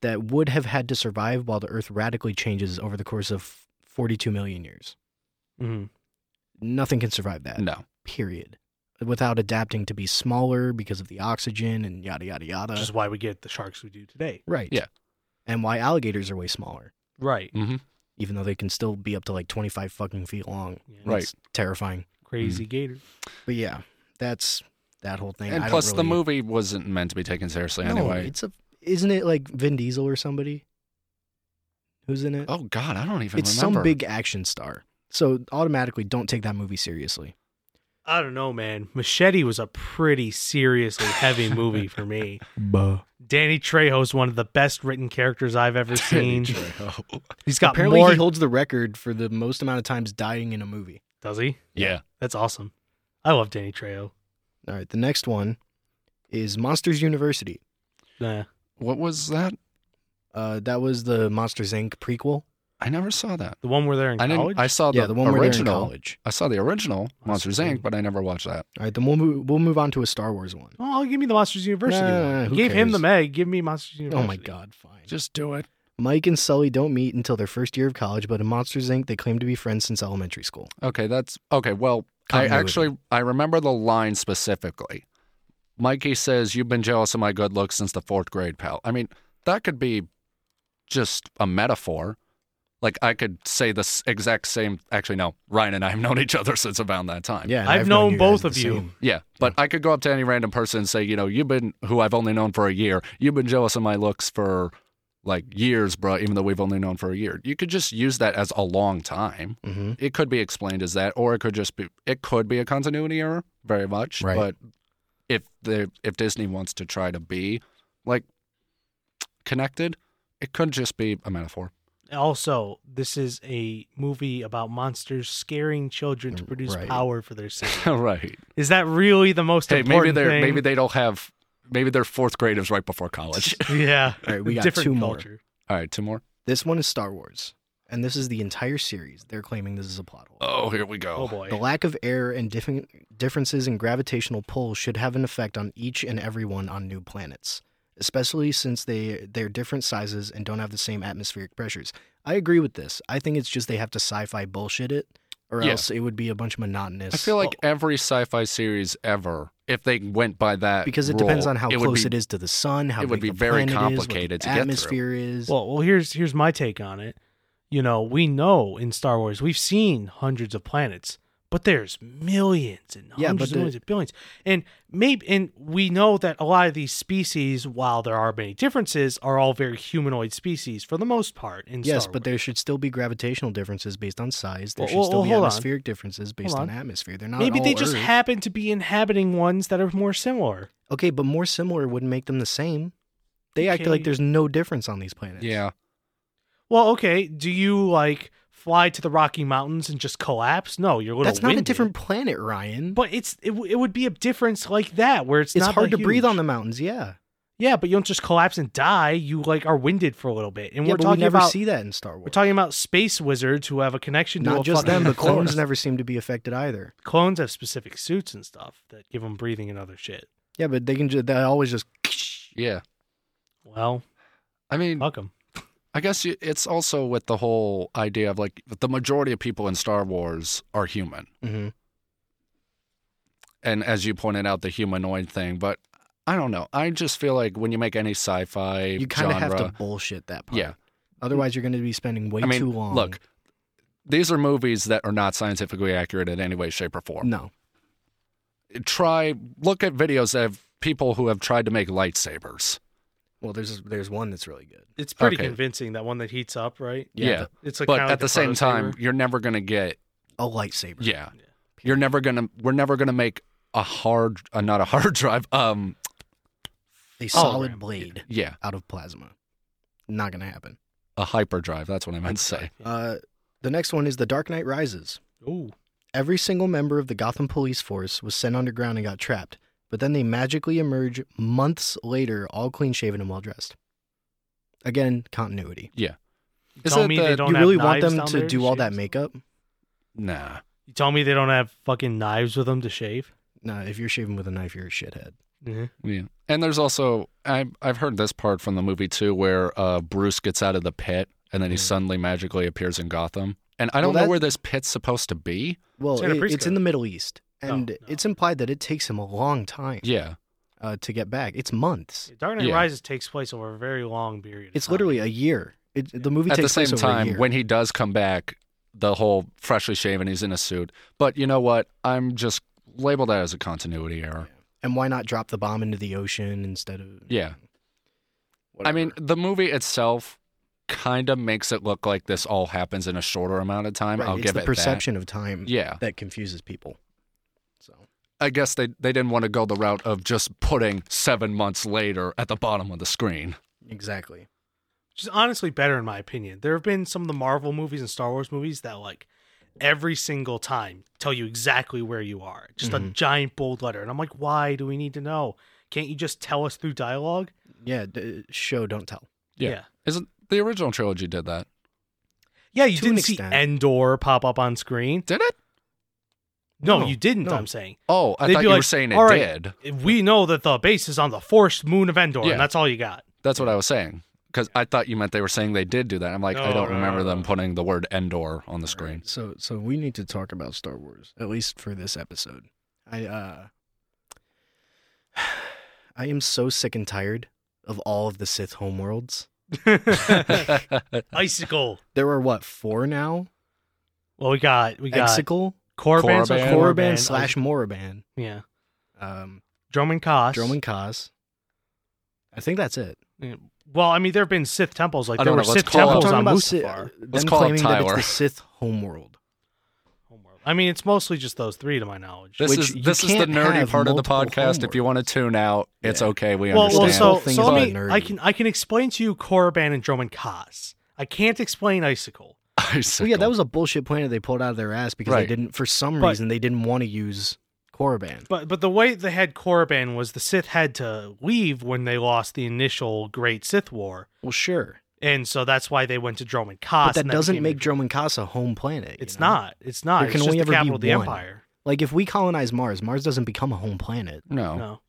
Speaker 1: that would have had to survive while the Earth radically changes over the course of 42 million years.
Speaker 3: Mhm.
Speaker 1: Nothing can survive that.
Speaker 2: No,
Speaker 1: Period. Without adapting to be smaller because of the oxygen and yada yada yada.
Speaker 3: Which is why we get the sharks we do today.
Speaker 1: right.
Speaker 2: yeah.
Speaker 1: And why alligators are way smaller,
Speaker 3: Right.
Speaker 2: hmm
Speaker 1: even though they can still be up to like 25 fucking feet long.
Speaker 3: Yeah,
Speaker 2: Right.
Speaker 1: It's terrifying.
Speaker 3: Crazy gator.
Speaker 1: But yeah, that's that whole thing. I
Speaker 2: and
Speaker 1: don't
Speaker 2: plus the
Speaker 1: really-
Speaker 2: movie wasn't meant to be taken seriously
Speaker 1: No,
Speaker 2: anyway.
Speaker 1: it's a isn't it like Vin Diesel or somebody? Who's in it?
Speaker 2: Oh God, I don't even
Speaker 1: it's
Speaker 2: remember.
Speaker 1: some big action star. So automatically, don't take that movie seriously.
Speaker 3: I don't know, man. Machete was a pretty seriously heavy movie for me. Danny Trejo is one of the best written characters I've ever seen. He's got
Speaker 1: Apparently,
Speaker 3: more.
Speaker 1: he holds the record for the most amount of times dying in a movie.
Speaker 3: Does he?
Speaker 2: yeah,
Speaker 3: That's awesome. I love Danny Trejo.
Speaker 1: All right, the next one is Monsters University.
Speaker 3: Nah.
Speaker 2: what was that?
Speaker 1: Uh, that was the Monsters Inc. prequel.
Speaker 2: I never saw that.
Speaker 3: The one where they're in
Speaker 2: I
Speaker 3: college?
Speaker 2: didn't. I saw Oh, the,
Speaker 1: yeah, the one where they're in
Speaker 2: original.
Speaker 1: college.
Speaker 2: I saw the original Monsters
Speaker 3: see.
Speaker 2: Inc., but I never watched that.
Speaker 1: All right, then we'll move, we'll move on to a Star Wars one.
Speaker 3: oh, give me the Monsters University.
Speaker 1: Nah,
Speaker 3: one.
Speaker 1: nah, who
Speaker 3: Give him the
Speaker 1: cares?
Speaker 3: Meg. Give me Monsters University.
Speaker 1: Oh my God, fine.
Speaker 2: Just do it.
Speaker 1: Mike and Sully don't meet until their first year of college, but in Monsters Inc., they claim to be friends since elementary school.
Speaker 2: Okay, that's okay. Well, I
Speaker 1: Continuity.
Speaker 2: actually I remember the line specifically. Mikey says, "You've been jealous of my good looks since the fourth grade, pal." I mean, that could be just a metaphor. Like I could say this exact same. Actually, no. Ryan and I have known each other since around that time.
Speaker 1: Yeah, and
Speaker 3: I've known
Speaker 1: you guys
Speaker 3: both
Speaker 1: at
Speaker 3: of
Speaker 1: the
Speaker 3: you.
Speaker 1: same-
Speaker 2: Yeah, but I could go up to any random person and say, you know, you've been who I've only known for a year. You've been jealous of my looks for like years, bro. Even though we've only known for a year, you could just use that as a long time.
Speaker 1: Mhm.
Speaker 2: It could be explained as that, or it could just be it could be a continuity error, very much.
Speaker 1: Right.
Speaker 2: But if the if Disney wants to try to be like connected, it could just be a metaphor.
Speaker 3: Also, this is a movie about monsters scaring children to produce
Speaker 1: Mm, Right.
Speaker 3: power for their city.
Speaker 2: right.
Speaker 3: Is that really the most
Speaker 2: Hey, maybe
Speaker 3: important
Speaker 2: they're
Speaker 3: thing?
Speaker 2: maybe they don't have maybe they're fourth graders right before college.
Speaker 3: Yeah.
Speaker 1: All right, we got
Speaker 3: Different
Speaker 1: two more.
Speaker 3: culture.
Speaker 2: All right, two more.
Speaker 1: This one is Star Wars, and this is the entire series. They're claiming this is a plot hole.
Speaker 2: Oh, here we go.
Speaker 3: Oh, boy.
Speaker 1: The lack of air and different differences in gravitational pull should have an effect on each and every one on new planets, especially since they they're different sizes and don't have the same atmospheric pressures. I agree with this. I think it's just they have to sci-fi bullshit it, or
Speaker 2: Yeah.
Speaker 1: else it would be a bunch of monotonous.
Speaker 2: I feel like every sci-fi series ever, if they went by that,
Speaker 1: because it
Speaker 2: rule,
Speaker 1: depends on how
Speaker 2: it would
Speaker 1: close
Speaker 2: be-
Speaker 1: it is to the sun, how
Speaker 2: it would
Speaker 1: big
Speaker 2: be
Speaker 1: the
Speaker 2: very
Speaker 1: planet is, what the
Speaker 2: complicated to get through.
Speaker 1: atmosphere is.
Speaker 3: Well, well, here's here's my take on it. You know, we know in Star Wars we've seen hundreds of planets, but there's millions and
Speaker 1: Yeah,
Speaker 3: hundreds
Speaker 1: but the-
Speaker 3: of millions and billions, and maybe and we know that a lot of these species, while there are many differences, are all very humanoid species for the most part. In
Speaker 1: yes,
Speaker 3: Star
Speaker 1: but
Speaker 3: Wars.
Speaker 1: there should still be gravitational differences based on size. There
Speaker 3: Well,
Speaker 1: should
Speaker 3: well,
Speaker 1: still
Speaker 3: well,
Speaker 1: be
Speaker 3: hold on.
Speaker 1: atmospheric differences based on.
Speaker 3: Hold on.
Speaker 1: atmosphere. They're not
Speaker 3: maybe they
Speaker 1: all
Speaker 3: just
Speaker 1: Earth.
Speaker 3: happen to be inhabiting ones that are more similar.
Speaker 1: Okay, but more similar wouldn't make them the same. They act like
Speaker 3: Okay.
Speaker 1: there's no difference on these planets.
Speaker 2: Yeah,
Speaker 3: Well, okay, do you like fly to the Rocky Mountains and just collapse? No, you're a little.
Speaker 1: That's not a
Speaker 3: winded.
Speaker 1: different planet, Ryan.
Speaker 3: But it's it, w- it would be a difference like that where it's
Speaker 1: it's
Speaker 3: not
Speaker 1: hard
Speaker 3: the
Speaker 1: to breathe
Speaker 3: huge-
Speaker 1: on the mountains, yeah.
Speaker 3: Yeah, but you don't just collapse and die. You like are winded for a little bit, and
Speaker 1: yeah,
Speaker 3: we're
Speaker 1: but
Speaker 3: talking
Speaker 1: we never
Speaker 3: about
Speaker 1: see that in Star Wars.
Speaker 3: we're talking about space wizards who have a connection to
Speaker 1: not
Speaker 3: a
Speaker 1: just
Speaker 3: fucking
Speaker 1: them, but
Speaker 3: forest.
Speaker 1: clones never seem to be affected either.
Speaker 3: Clones have specific suits and stuff that give them breathing and other shit.
Speaker 1: Yeah, but they can ju- they always just
Speaker 2: yeah.
Speaker 3: Well,
Speaker 2: I mean,
Speaker 3: fuck them.
Speaker 2: I guess you- it's also with the whole idea of like the majority of people in Star Wars are human.
Speaker 1: Mm-hmm.
Speaker 2: and as you pointed out, the humanoid thing. But I don't know. I just feel like when you make any sci-fi
Speaker 1: You kind
Speaker 2: genre,
Speaker 1: of have to bullshit that part.
Speaker 2: yeah.
Speaker 1: Otherwise, you're going to be spending way
Speaker 2: I mean,
Speaker 1: too long.
Speaker 2: look, these are movies that are not scientifically accurate in any way, shape, or form.
Speaker 1: no.
Speaker 2: Try look at videos of people who have tried to make lightsabers.
Speaker 1: Well, there's there's one that's really good.
Speaker 3: It's pretty
Speaker 2: Okay.
Speaker 3: convincing that one that heats up, right?
Speaker 2: Yeah,
Speaker 1: the-
Speaker 3: It's like
Speaker 2: but
Speaker 3: kinda
Speaker 2: at
Speaker 3: like
Speaker 2: the
Speaker 3: a
Speaker 2: same time,
Speaker 3: prototype.
Speaker 2: you're never gonna get
Speaker 1: a lightsaber.
Speaker 2: yeah. You're never gonna. We're never gonna make a hard, uh, not a hard drive. Um,
Speaker 1: a solid
Speaker 3: Hologram.
Speaker 1: blade
Speaker 2: yeah,
Speaker 1: out of plasma. Not going to happen.
Speaker 2: a hyperdrive. That's what I meant to say.
Speaker 3: Yeah.
Speaker 1: Uh, the next one is The Dark Knight Rises.
Speaker 3: Ooh,
Speaker 1: Every single member of the Gotham police force was sent underground and got trapped, but then they magically emerge months later, all clean shaven and well dressed. Again, continuity.
Speaker 3: you
Speaker 2: Is
Speaker 3: tell
Speaker 2: it
Speaker 3: me
Speaker 2: the-
Speaker 3: they don't
Speaker 1: you
Speaker 3: have
Speaker 1: really want
Speaker 3: knives
Speaker 1: them
Speaker 3: down
Speaker 1: to
Speaker 3: there
Speaker 1: do all
Speaker 3: shave
Speaker 1: that
Speaker 3: stuff?
Speaker 1: makeup?
Speaker 2: Nah.
Speaker 3: You tell me they don't have fucking knives with them to shave.
Speaker 1: No, if you're shaving with a knife, you're a shithead.
Speaker 3: Mhm.
Speaker 2: Yeah. And there's also I've I've heard this part from the movie too where uh Bruce gets out of the pit and then he
Speaker 1: Mhm.
Speaker 2: suddenly magically appears in Gotham. And I don't
Speaker 1: Well,
Speaker 2: know
Speaker 1: that-
Speaker 2: where this pit's supposed to be.
Speaker 1: Well,
Speaker 3: It's in a
Speaker 1: it- it's in
Speaker 3: Prisco.
Speaker 1: the Middle East, and
Speaker 3: Oh, no.
Speaker 1: it's implied that it takes him a long time
Speaker 2: Yeah.
Speaker 1: uh, to get back. It's months.
Speaker 3: Dark Knight
Speaker 2: Yeah.
Speaker 3: Rises takes place over a very long period. of
Speaker 1: It's
Speaker 3: time.
Speaker 1: literally a year. It, the movie
Speaker 2: At the
Speaker 1: takes
Speaker 2: same
Speaker 1: place over a
Speaker 2: time
Speaker 1: year.
Speaker 2: when he does come back, the whole freshly shaven he's in a suit. But you know what? I'm just label that as a continuity error.
Speaker 1: and why not drop the bomb into the ocean instead of
Speaker 2: Yeah. I
Speaker 1: Whatever.
Speaker 2: mean, the movie itself kind of makes it look like this all happens in a shorter amount of time.
Speaker 1: Right,
Speaker 2: I'll
Speaker 1: it's
Speaker 2: give
Speaker 1: the
Speaker 2: it
Speaker 1: perception of time
Speaker 2: that. Yeah.
Speaker 1: that confuses people. So
Speaker 2: I guess they, they didn't want to go the route of just putting seven months later at the bottom of the screen.
Speaker 1: exactly.
Speaker 3: which is honestly better in my opinion. There have been some of the Marvel movies and Star Wars movies that like every single time tell you exactly where you are. Just a
Speaker 1: Mhm.
Speaker 3: giant bold letter. And I'm like, why do we need to know? Can't you just tell us through dialogue?
Speaker 1: Yeah, d- show don't tell.
Speaker 2: Yeah.
Speaker 3: Yeah,
Speaker 2: Isn't the original trilogy did that?
Speaker 3: Yeah, you
Speaker 1: To an
Speaker 3: didn't see
Speaker 1: extent.
Speaker 3: Endor pop up on screen.
Speaker 2: Did it?
Speaker 3: No,
Speaker 1: No,
Speaker 3: you didn't,
Speaker 1: no.
Speaker 3: I'm saying.
Speaker 2: Oh, I
Speaker 3: They'd
Speaker 2: thought
Speaker 3: be
Speaker 2: you were
Speaker 3: like,
Speaker 2: saying it
Speaker 3: "All right."
Speaker 2: did.
Speaker 3: We know that the base is on the forced moon of Endor,
Speaker 2: Yeah.
Speaker 3: and that's all you got.
Speaker 2: That's what I was saying. Because I thought you meant they were saying they did do that. I'm like, I
Speaker 3: No,
Speaker 2: don't
Speaker 3: no,
Speaker 2: remember
Speaker 3: no, no.
Speaker 2: them putting the word Endor on the screen.
Speaker 1: So so we need to talk about Star Wars at least for this episode. I uh I am so sick and tired of all of the Sith homeworlds.
Speaker 3: Icicle.
Speaker 1: There are what four now?
Speaker 3: Well, we got we got
Speaker 1: Exical,
Speaker 3: Korriban, so
Speaker 2: Korriban.
Speaker 1: Korriban
Speaker 3: Korriban,
Speaker 1: slash Moraban,
Speaker 3: yeah,
Speaker 1: um,
Speaker 3: Droman Koss.
Speaker 1: Droman Kaz. I think that's it.
Speaker 3: Yeah. Well, I mean, there have been Sith temples. Like
Speaker 2: I
Speaker 3: there
Speaker 2: don't
Speaker 3: were
Speaker 2: know, let's
Speaker 3: Sith
Speaker 2: call
Speaker 1: I'm
Speaker 2: Well,
Speaker 3: temples
Speaker 1: talking
Speaker 3: on
Speaker 1: about Si-
Speaker 3: Mustafar.
Speaker 1: them
Speaker 2: Let's call it
Speaker 1: claiming that it's
Speaker 2: Tyler.
Speaker 1: the Sith homeworld.
Speaker 3: Homeworld. I mean, it's mostly just those three, to my knowledge.
Speaker 2: This
Speaker 1: Which
Speaker 2: is
Speaker 1: you
Speaker 2: this is the
Speaker 1: can't
Speaker 2: nerdy
Speaker 1: have
Speaker 2: part of the
Speaker 1: multiple
Speaker 2: podcast. If you want to
Speaker 1: homeworlds.
Speaker 2: tune out, it's
Speaker 1: Yeah.
Speaker 2: okay. We
Speaker 3: well, well,
Speaker 2: understand.
Speaker 3: so,
Speaker 1: whole thing
Speaker 3: so
Speaker 1: is
Speaker 3: let me.
Speaker 1: nerdy.
Speaker 3: I can I can explain to you Korriban and Droman Koss. I can't explain Icicle. Oh,
Speaker 1: Well, yeah, that was a bullshit planet they pulled out of their ass because
Speaker 2: Right.
Speaker 1: they didn't, for some
Speaker 3: But-
Speaker 1: reason, they didn't want to use Korriban.
Speaker 3: But but the way they had Korriban was the Sith had to leave when they lost the initial Great Sith War,
Speaker 1: Well, sure, Ah,
Speaker 3: and so that's why they went to Droman Koss.
Speaker 1: but that
Speaker 3: and
Speaker 1: doesn't
Speaker 3: became
Speaker 1: make
Speaker 3: the-
Speaker 1: Droman Kasa home planet. you
Speaker 3: It's
Speaker 1: know?
Speaker 3: not. It's not.
Speaker 1: There
Speaker 3: it's
Speaker 1: can
Speaker 3: just
Speaker 1: only
Speaker 3: the
Speaker 1: ever be
Speaker 3: capital of the
Speaker 1: one.
Speaker 3: empire.
Speaker 1: like if we colonize Mars, Mars doesn't become a home planet.
Speaker 2: no.
Speaker 3: No.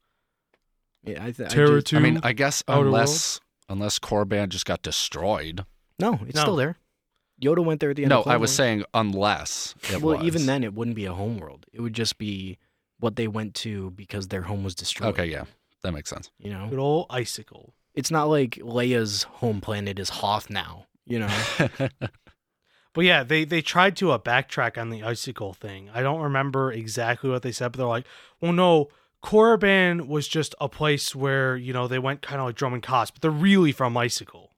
Speaker 1: Yeah, I, th- I
Speaker 3: Terra
Speaker 1: just-
Speaker 2: I mean,
Speaker 3: Two
Speaker 2: I guess
Speaker 3: Outer
Speaker 2: unless unless Corban just got destroyed.
Speaker 1: no, it's
Speaker 3: No.
Speaker 1: still there. Yoda went there at the end.
Speaker 2: No,
Speaker 1: of Clone
Speaker 2: I was
Speaker 1: Wars.
Speaker 2: saying unless. It
Speaker 1: well,
Speaker 2: was.
Speaker 1: even then, it wouldn't be a home world. It would just be what they went to because their home was destroyed.
Speaker 2: Okay, yeah, that makes sense.
Speaker 1: you know,
Speaker 3: Good old Icicle.
Speaker 1: it's not like Leia's home planet is Hoth now. You know,
Speaker 3: But yeah, they they tried to uh, backtrack on the icicle thing. I don't remember exactly what they said, but they're like, "Well, no, Korriban was just a place where you know they went kind of like Drum and Cost, but they're really from Icicle.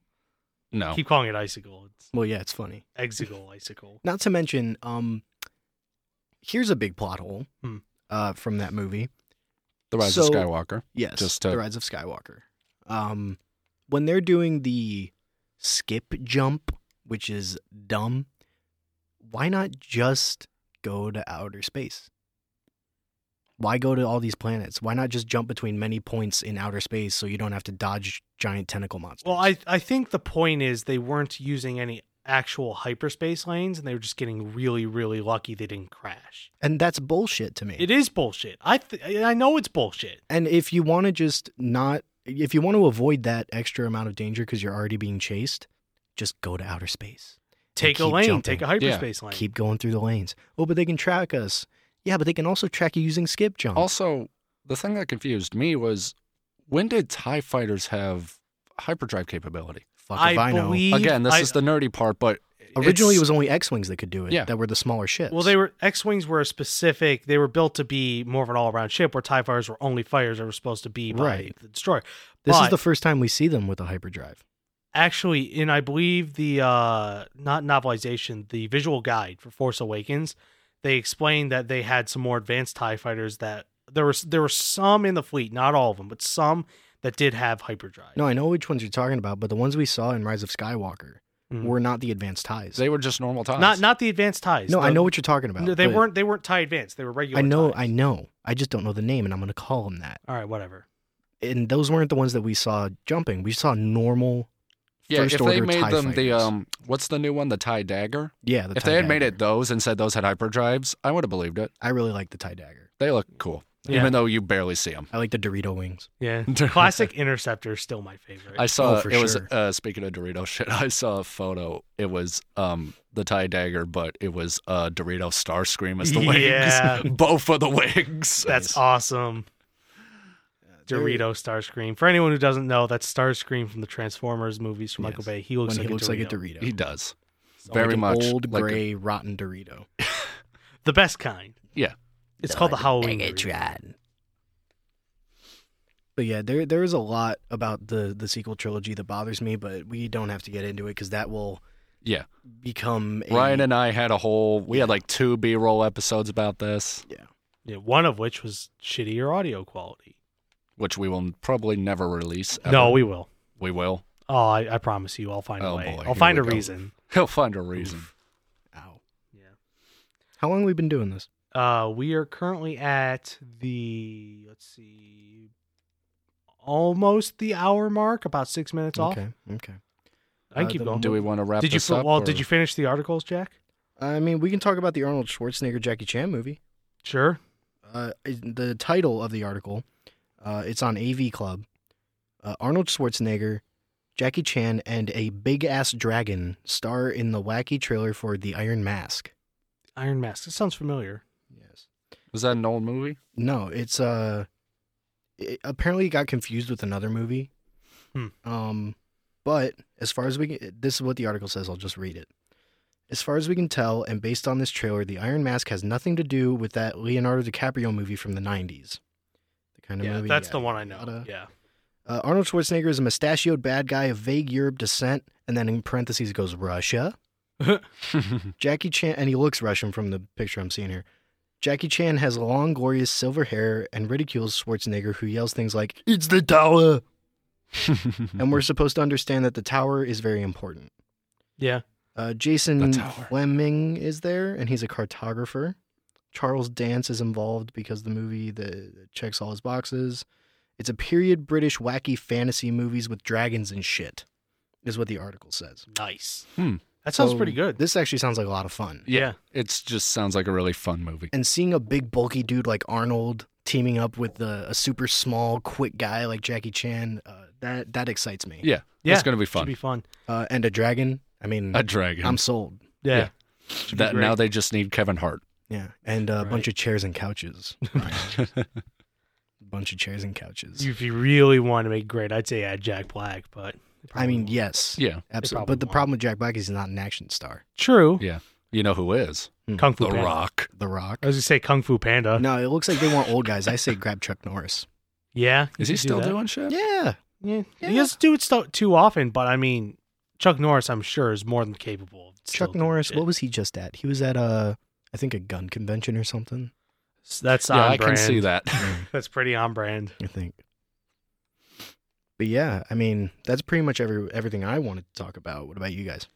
Speaker 1: Oh.
Speaker 2: no.
Speaker 3: Keep calling it Icicle. It's
Speaker 1: well, yeah, it's funny.
Speaker 3: Exigle Icicle.
Speaker 1: Not to mention, um, here's a big plot hole
Speaker 3: Hmm.
Speaker 1: uh, from that movie.
Speaker 2: The Rise
Speaker 1: So-
Speaker 2: of Skywalker.
Speaker 1: Yes,
Speaker 2: Just to-
Speaker 1: the Rise of Skywalker. Um, when they're doing the skip jump, which is dumb, why not just go to outer space? Why go to all these planets? Why not just jump between many points in outer space so you don't have to dodge giant tentacle monsters?
Speaker 3: Well, I I think the point is they weren't using any actual hyperspace lanes, and they were just getting really really lucky they didn't crash.
Speaker 1: and that's bullshit to me.
Speaker 3: It is bullshit. I th- I know it's bullshit.
Speaker 1: And if you want to just not, if you want to avoid that extra amount of danger because you're already being chased, just go to outer space. and
Speaker 3: Take a
Speaker 1: keep
Speaker 3: lane,
Speaker 1: jumping.
Speaker 3: take a hyperspace lane.
Speaker 1: keep going through the lanes. Oh, but they can track us. Yeah, but they can also track you using skip jump.
Speaker 2: Also, the thing that confused me was when did TIE fighters have hyperdrive capability?
Speaker 1: Fuck if
Speaker 3: I
Speaker 1: I know.
Speaker 3: believe
Speaker 2: Again, this
Speaker 3: I-
Speaker 2: is the nerdy part, but
Speaker 1: Originally,
Speaker 2: it's-
Speaker 1: it was only X wings that could do it.
Speaker 2: Yeah.
Speaker 1: that were the smaller ships.
Speaker 3: Well, they were X wings were a specific. They were built to be more of an all around ship, where Tie fighters were only fighters that were supposed to be by
Speaker 1: Right.
Speaker 3: the destroyer.
Speaker 1: This
Speaker 3: but-
Speaker 1: is the first time we see them with a hyperdrive.
Speaker 3: Actually, in I believe the uh not novelization, the visual guide for Force Awakens, they explained that they had some more advanced Tie fighters that there was there were some in the fleet, not all of them, but some that did have hyperdrive.
Speaker 1: No, I know which ones you're talking about, but the ones we saw in Rise of Skywalker
Speaker 3: Mhm.
Speaker 1: were not the advanced ties.
Speaker 2: They were just normal TIEs.
Speaker 3: not not the advanced ties.
Speaker 1: no, I
Speaker 3: The-
Speaker 1: know what you're talking about.
Speaker 3: no, they
Speaker 1: but
Speaker 3: weren't they weren't tie advanced. They were regular.
Speaker 1: I know.
Speaker 3: TIEs.
Speaker 1: I know. I just don't know the name, and I'm going to call them that.
Speaker 3: All right, whatever.
Speaker 1: And those weren't the ones that we saw jumping. We saw normal.
Speaker 2: yeah,
Speaker 1: first
Speaker 2: if they
Speaker 1: order
Speaker 2: made
Speaker 1: TIE
Speaker 2: them the
Speaker 1: fighters.
Speaker 2: um, what's the new one, the tie dagger?
Speaker 1: Yeah, the
Speaker 2: if
Speaker 1: tie
Speaker 2: they had made
Speaker 1: dagger.
Speaker 2: it those and said those had hyperdrives, I would have believed it.
Speaker 1: I really like the tie dagger.
Speaker 2: They look cool,
Speaker 3: Yeah.
Speaker 2: even though you barely see them.
Speaker 1: I like the Dorito wings.
Speaker 3: Yeah, classic interceptor is still my favorite.
Speaker 2: I saw
Speaker 1: Oh, for
Speaker 2: it was
Speaker 1: sure.
Speaker 2: uh, speaking of Dorito shit. I saw a photo. It was um the tie dagger, but it was uh Dorito Starscream as the
Speaker 3: Yeah.
Speaker 2: wings. Both of the wings.
Speaker 3: That's awesome. Dorito Starscream. For anyone who doesn't know, that's Starscream from the Transformers movies from Michael
Speaker 1: Yes.
Speaker 3: Bay. He looks,
Speaker 1: When
Speaker 3: like,
Speaker 1: he
Speaker 3: a
Speaker 1: looks like a Dorito.
Speaker 2: He does
Speaker 1: Like
Speaker 2: very
Speaker 1: an
Speaker 2: much
Speaker 1: old
Speaker 2: like a-
Speaker 1: gray rotten Dorito.
Speaker 3: The best kind.
Speaker 2: Yeah.
Speaker 3: It's called the Halloween. Dorito.
Speaker 1: Megatron. But yeah, there there is a lot about the the sequel trilogy that bothers me, but we don't have to get into it because that will
Speaker 2: Yeah.
Speaker 1: become a,
Speaker 2: Ryan and I had a whole. We had like two B roll episodes about this,
Speaker 3: Yeah, one of which was shittier audio quality.
Speaker 2: which we will probably never release. ever.
Speaker 3: No, we will.
Speaker 2: we will.
Speaker 3: Oh, I, I promise you, I'll find a
Speaker 2: Oh,
Speaker 3: way.
Speaker 2: boy,
Speaker 3: I'll
Speaker 2: here
Speaker 3: find a
Speaker 2: we go.
Speaker 3: reason.
Speaker 2: He'll find a reason.
Speaker 1: Ow.
Speaker 3: Yeah.
Speaker 1: How long have we been doing this?
Speaker 3: Uh, we are currently at the let's see, almost the hour mark, about six minutes off.
Speaker 1: Okay. Okay.
Speaker 3: I can
Speaker 1: Uh,
Speaker 3: keep
Speaker 1: then
Speaker 3: going.
Speaker 2: Do we want to wrap
Speaker 3: Did you
Speaker 2: this
Speaker 3: fi-
Speaker 2: up?
Speaker 3: well?
Speaker 2: or-
Speaker 3: Did you finish the articles, Jack?
Speaker 1: I mean, we can talk about the Arnold Schwarzenegger Jackie Chan movie.
Speaker 3: Sure.
Speaker 1: Uh, the title of the article, uh, it's on AV Club. Uh, Arnold Schwarzenegger, Jackie Chan, and a big ass dragon star in the wacky trailer for The Iron Mask.
Speaker 3: Iron Mask. It sounds familiar.
Speaker 1: Yes.
Speaker 2: Was that an old movie?
Speaker 1: No, it's uh it apparently it got confused with another movie.
Speaker 3: Hmm.
Speaker 1: Um but as far as we can, this is what the article says, I'll just read it. As far as we can tell and based on this trailer, the Iron Mask has nothing to do with that Leonardo DiCaprio movie from the 90s. The kind of
Speaker 3: yeah,
Speaker 1: movie
Speaker 3: that's
Speaker 1: yeah,
Speaker 3: the one I know.
Speaker 1: yada.
Speaker 3: Yeah.
Speaker 1: Uh, Arnold Schwarzenegger is a mustachioed bad guy of vague Europe descent and then in parentheses it goes Russia. Jackie Chan, and he looks Russian from the picture I'm seeing here. Jackie Chan has long, glorious silver hair and ridicules Schwarzenegger, who yells things like, It's the tower! and
Speaker 3: Mm-hmm.
Speaker 1: we're supposed to understand that the tower is very important.
Speaker 3: Yeah.
Speaker 1: Uh, Jason
Speaker 2: The tower.
Speaker 1: Fleming is there, and he's a cartographer. Charles Dance is involved because the movie that checks all his boxes. It's a period British wacky fantasy movies with dragons and shit, is what the article says.
Speaker 3: Nice.
Speaker 2: Hmm.
Speaker 3: That sounds
Speaker 1: So
Speaker 3: pretty good.
Speaker 1: This actually sounds like a lot of fun.
Speaker 2: yeah, it just sounds like a really fun movie.
Speaker 1: and seeing a big bulky dude like Arnold teaming up with a, a super small quick guy like Jackie Chan, uh, that that excites me.
Speaker 2: Yeah,
Speaker 3: Yeah,
Speaker 2: it's gonna be
Speaker 3: Should
Speaker 2: fun.
Speaker 3: be fun.
Speaker 1: Uh, and a dragon. I mean,
Speaker 2: a dragon.
Speaker 1: I'm sold.
Speaker 3: Yeah.
Speaker 2: Yeah.
Speaker 3: Should be
Speaker 2: that
Speaker 3: great.
Speaker 2: now they just need Kevin Hart.
Speaker 1: Yeah, and a
Speaker 3: Right.
Speaker 1: bunch of chairs and couches. bunch of chairs and couches.
Speaker 3: if you really want to make great, I'd say add Jack Black, but
Speaker 1: I mean, yes,
Speaker 2: yeah,
Speaker 1: absolutely.
Speaker 3: probably
Speaker 1: But the
Speaker 3: won't.
Speaker 1: problem with Jack Black is he's not an action star.
Speaker 3: true.
Speaker 2: Yeah. you know who is
Speaker 3: Kung Fu
Speaker 2: The
Speaker 3: Panda.
Speaker 2: Rock.
Speaker 1: The Rock.
Speaker 3: I was gonna say Kung Fu Panda.
Speaker 1: No, it looks like they want old guys. I say grab Chuck Norris.
Speaker 3: Yeah.
Speaker 2: Is
Speaker 3: you
Speaker 2: he
Speaker 3: could do
Speaker 2: still
Speaker 3: that.
Speaker 2: doing shit?
Speaker 1: Yeah,
Speaker 3: Yeah.
Speaker 1: Yeah.
Speaker 3: He doesn't do it sto- too often, but I mean, Chuck Norris, I'm sure, is more than capable. Of still
Speaker 1: Chuck
Speaker 3: doing
Speaker 1: Norris.
Speaker 3: shit.
Speaker 1: What was he just at? He was at a, I think a gun convention or something.
Speaker 3: S- That's
Speaker 2: Yeah,
Speaker 3: on
Speaker 2: I can
Speaker 3: brand.
Speaker 2: see that.
Speaker 3: That's pretty on brand.
Speaker 1: I think. But yeah, I mean, that's pretty much every everything I wanted to talk about. What about you guys?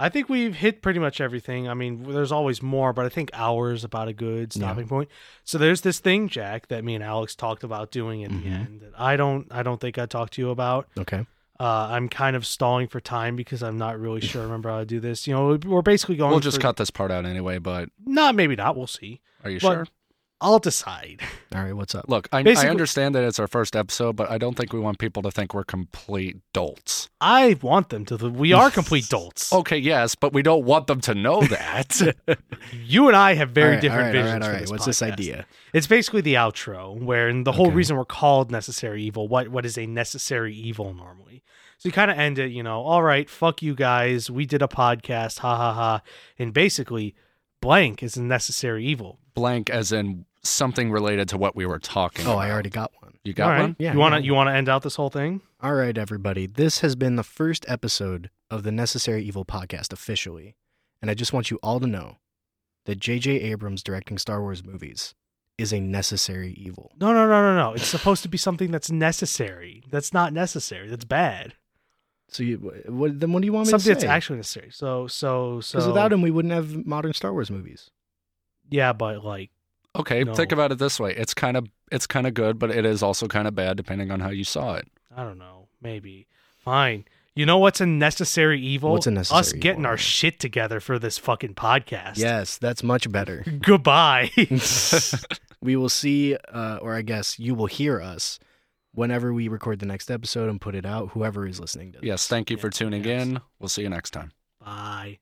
Speaker 3: I think we've hit pretty much everything. I mean, w- there's always more, but I think hours about a good
Speaker 1: Yeah.
Speaker 3: stopping point. So there's this thing, Jack, that me and Alex talked about doing at the
Speaker 1: Mhm.
Speaker 3: end that I don't, I don't think I talked to you about.
Speaker 1: Okay.
Speaker 3: Uh, I'm kind of stalling for time because I'm not really sure. I Remember how to do this? You know, we're basically going.
Speaker 2: we'll just
Speaker 3: for-
Speaker 2: cut this part out anyway. But
Speaker 3: Not maybe not. We'll see.
Speaker 2: are you
Speaker 3: But-
Speaker 2: sure?
Speaker 3: I'll decide.
Speaker 1: All right, what's up?
Speaker 2: Look, I, I
Speaker 3: Basically-
Speaker 2: understand that it's our first episode, but I don't think we want people to think we're complete dolts.
Speaker 3: I want them to. The, we are complete dolts.
Speaker 1: Oh,
Speaker 2: Okay, yes, but we don't want them to know that.
Speaker 3: You and I have very
Speaker 1: All right,
Speaker 3: different
Speaker 1: all right,
Speaker 3: visions.
Speaker 1: All right, all
Speaker 3: for
Speaker 1: right.
Speaker 3: this
Speaker 1: what's this
Speaker 3: podcast.
Speaker 1: idea?
Speaker 3: It's basically the outro, where and the whole
Speaker 1: Okay.
Speaker 3: reason we're called necessary evil. What what is a necessary evil normally? So you kind of end it, you know. All right, fuck you guys. We did a podcast, ha ha ha. And basically, blank is a necessary evil.
Speaker 2: Blank as in something related to what we were talking
Speaker 1: Oh,
Speaker 2: about.
Speaker 1: I already got one.
Speaker 2: You got
Speaker 3: all right,
Speaker 2: one?
Speaker 1: Yeah,
Speaker 3: you wanna
Speaker 1: yeah.
Speaker 3: you wanna end out this whole thing?
Speaker 1: All right, everybody. This has been the first episode of the Necessary Evil podcast officially. And I just want you all to know that J.J. Abrams directing Star Wars movies is a necessary evil.
Speaker 3: No, no, no, no, no. It's supposed to be something that's necessary. That's not necessary. That's bad.
Speaker 1: So, you, what, then what do you want me
Speaker 3: something
Speaker 1: to
Speaker 3: that's
Speaker 1: say?
Speaker 3: actually necessary. So, so, so.
Speaker 1: Because without him, we wouldn't have modern Star Wars movies.
Speaker 3: Yeah, but like,
Speaker 2: Okay,
Speaker 3: No.
Speaker 2: think about it this way. It's kind of it's kind of good, but it is also kind of bad depending on how you saw it.
Speaker 3: I don't know. Maybe. Fine. You know what's a necessary evil?
Speaker 1: What's a necessary
Speaker 3: Us getting
Speaker 1: evil,
Speaker 3: our
Speaker 1: man?
Speaker 3: shit together for this fucking podcast.
Speaker 1: Yes, that's much better.
Speaker 3: Goodbye.
Speaker 1: we will see, uh, or I guess you will hear us whenever we record the next episode and put it out, whoever is listening to this.
Speaker 2: Yes, thank you for
Speaker 3: Yes,
Speaker 2: tuning
Speaker 3: yes.
Speaker 2: in. We'll see you next time.
Speaker 3: Bye.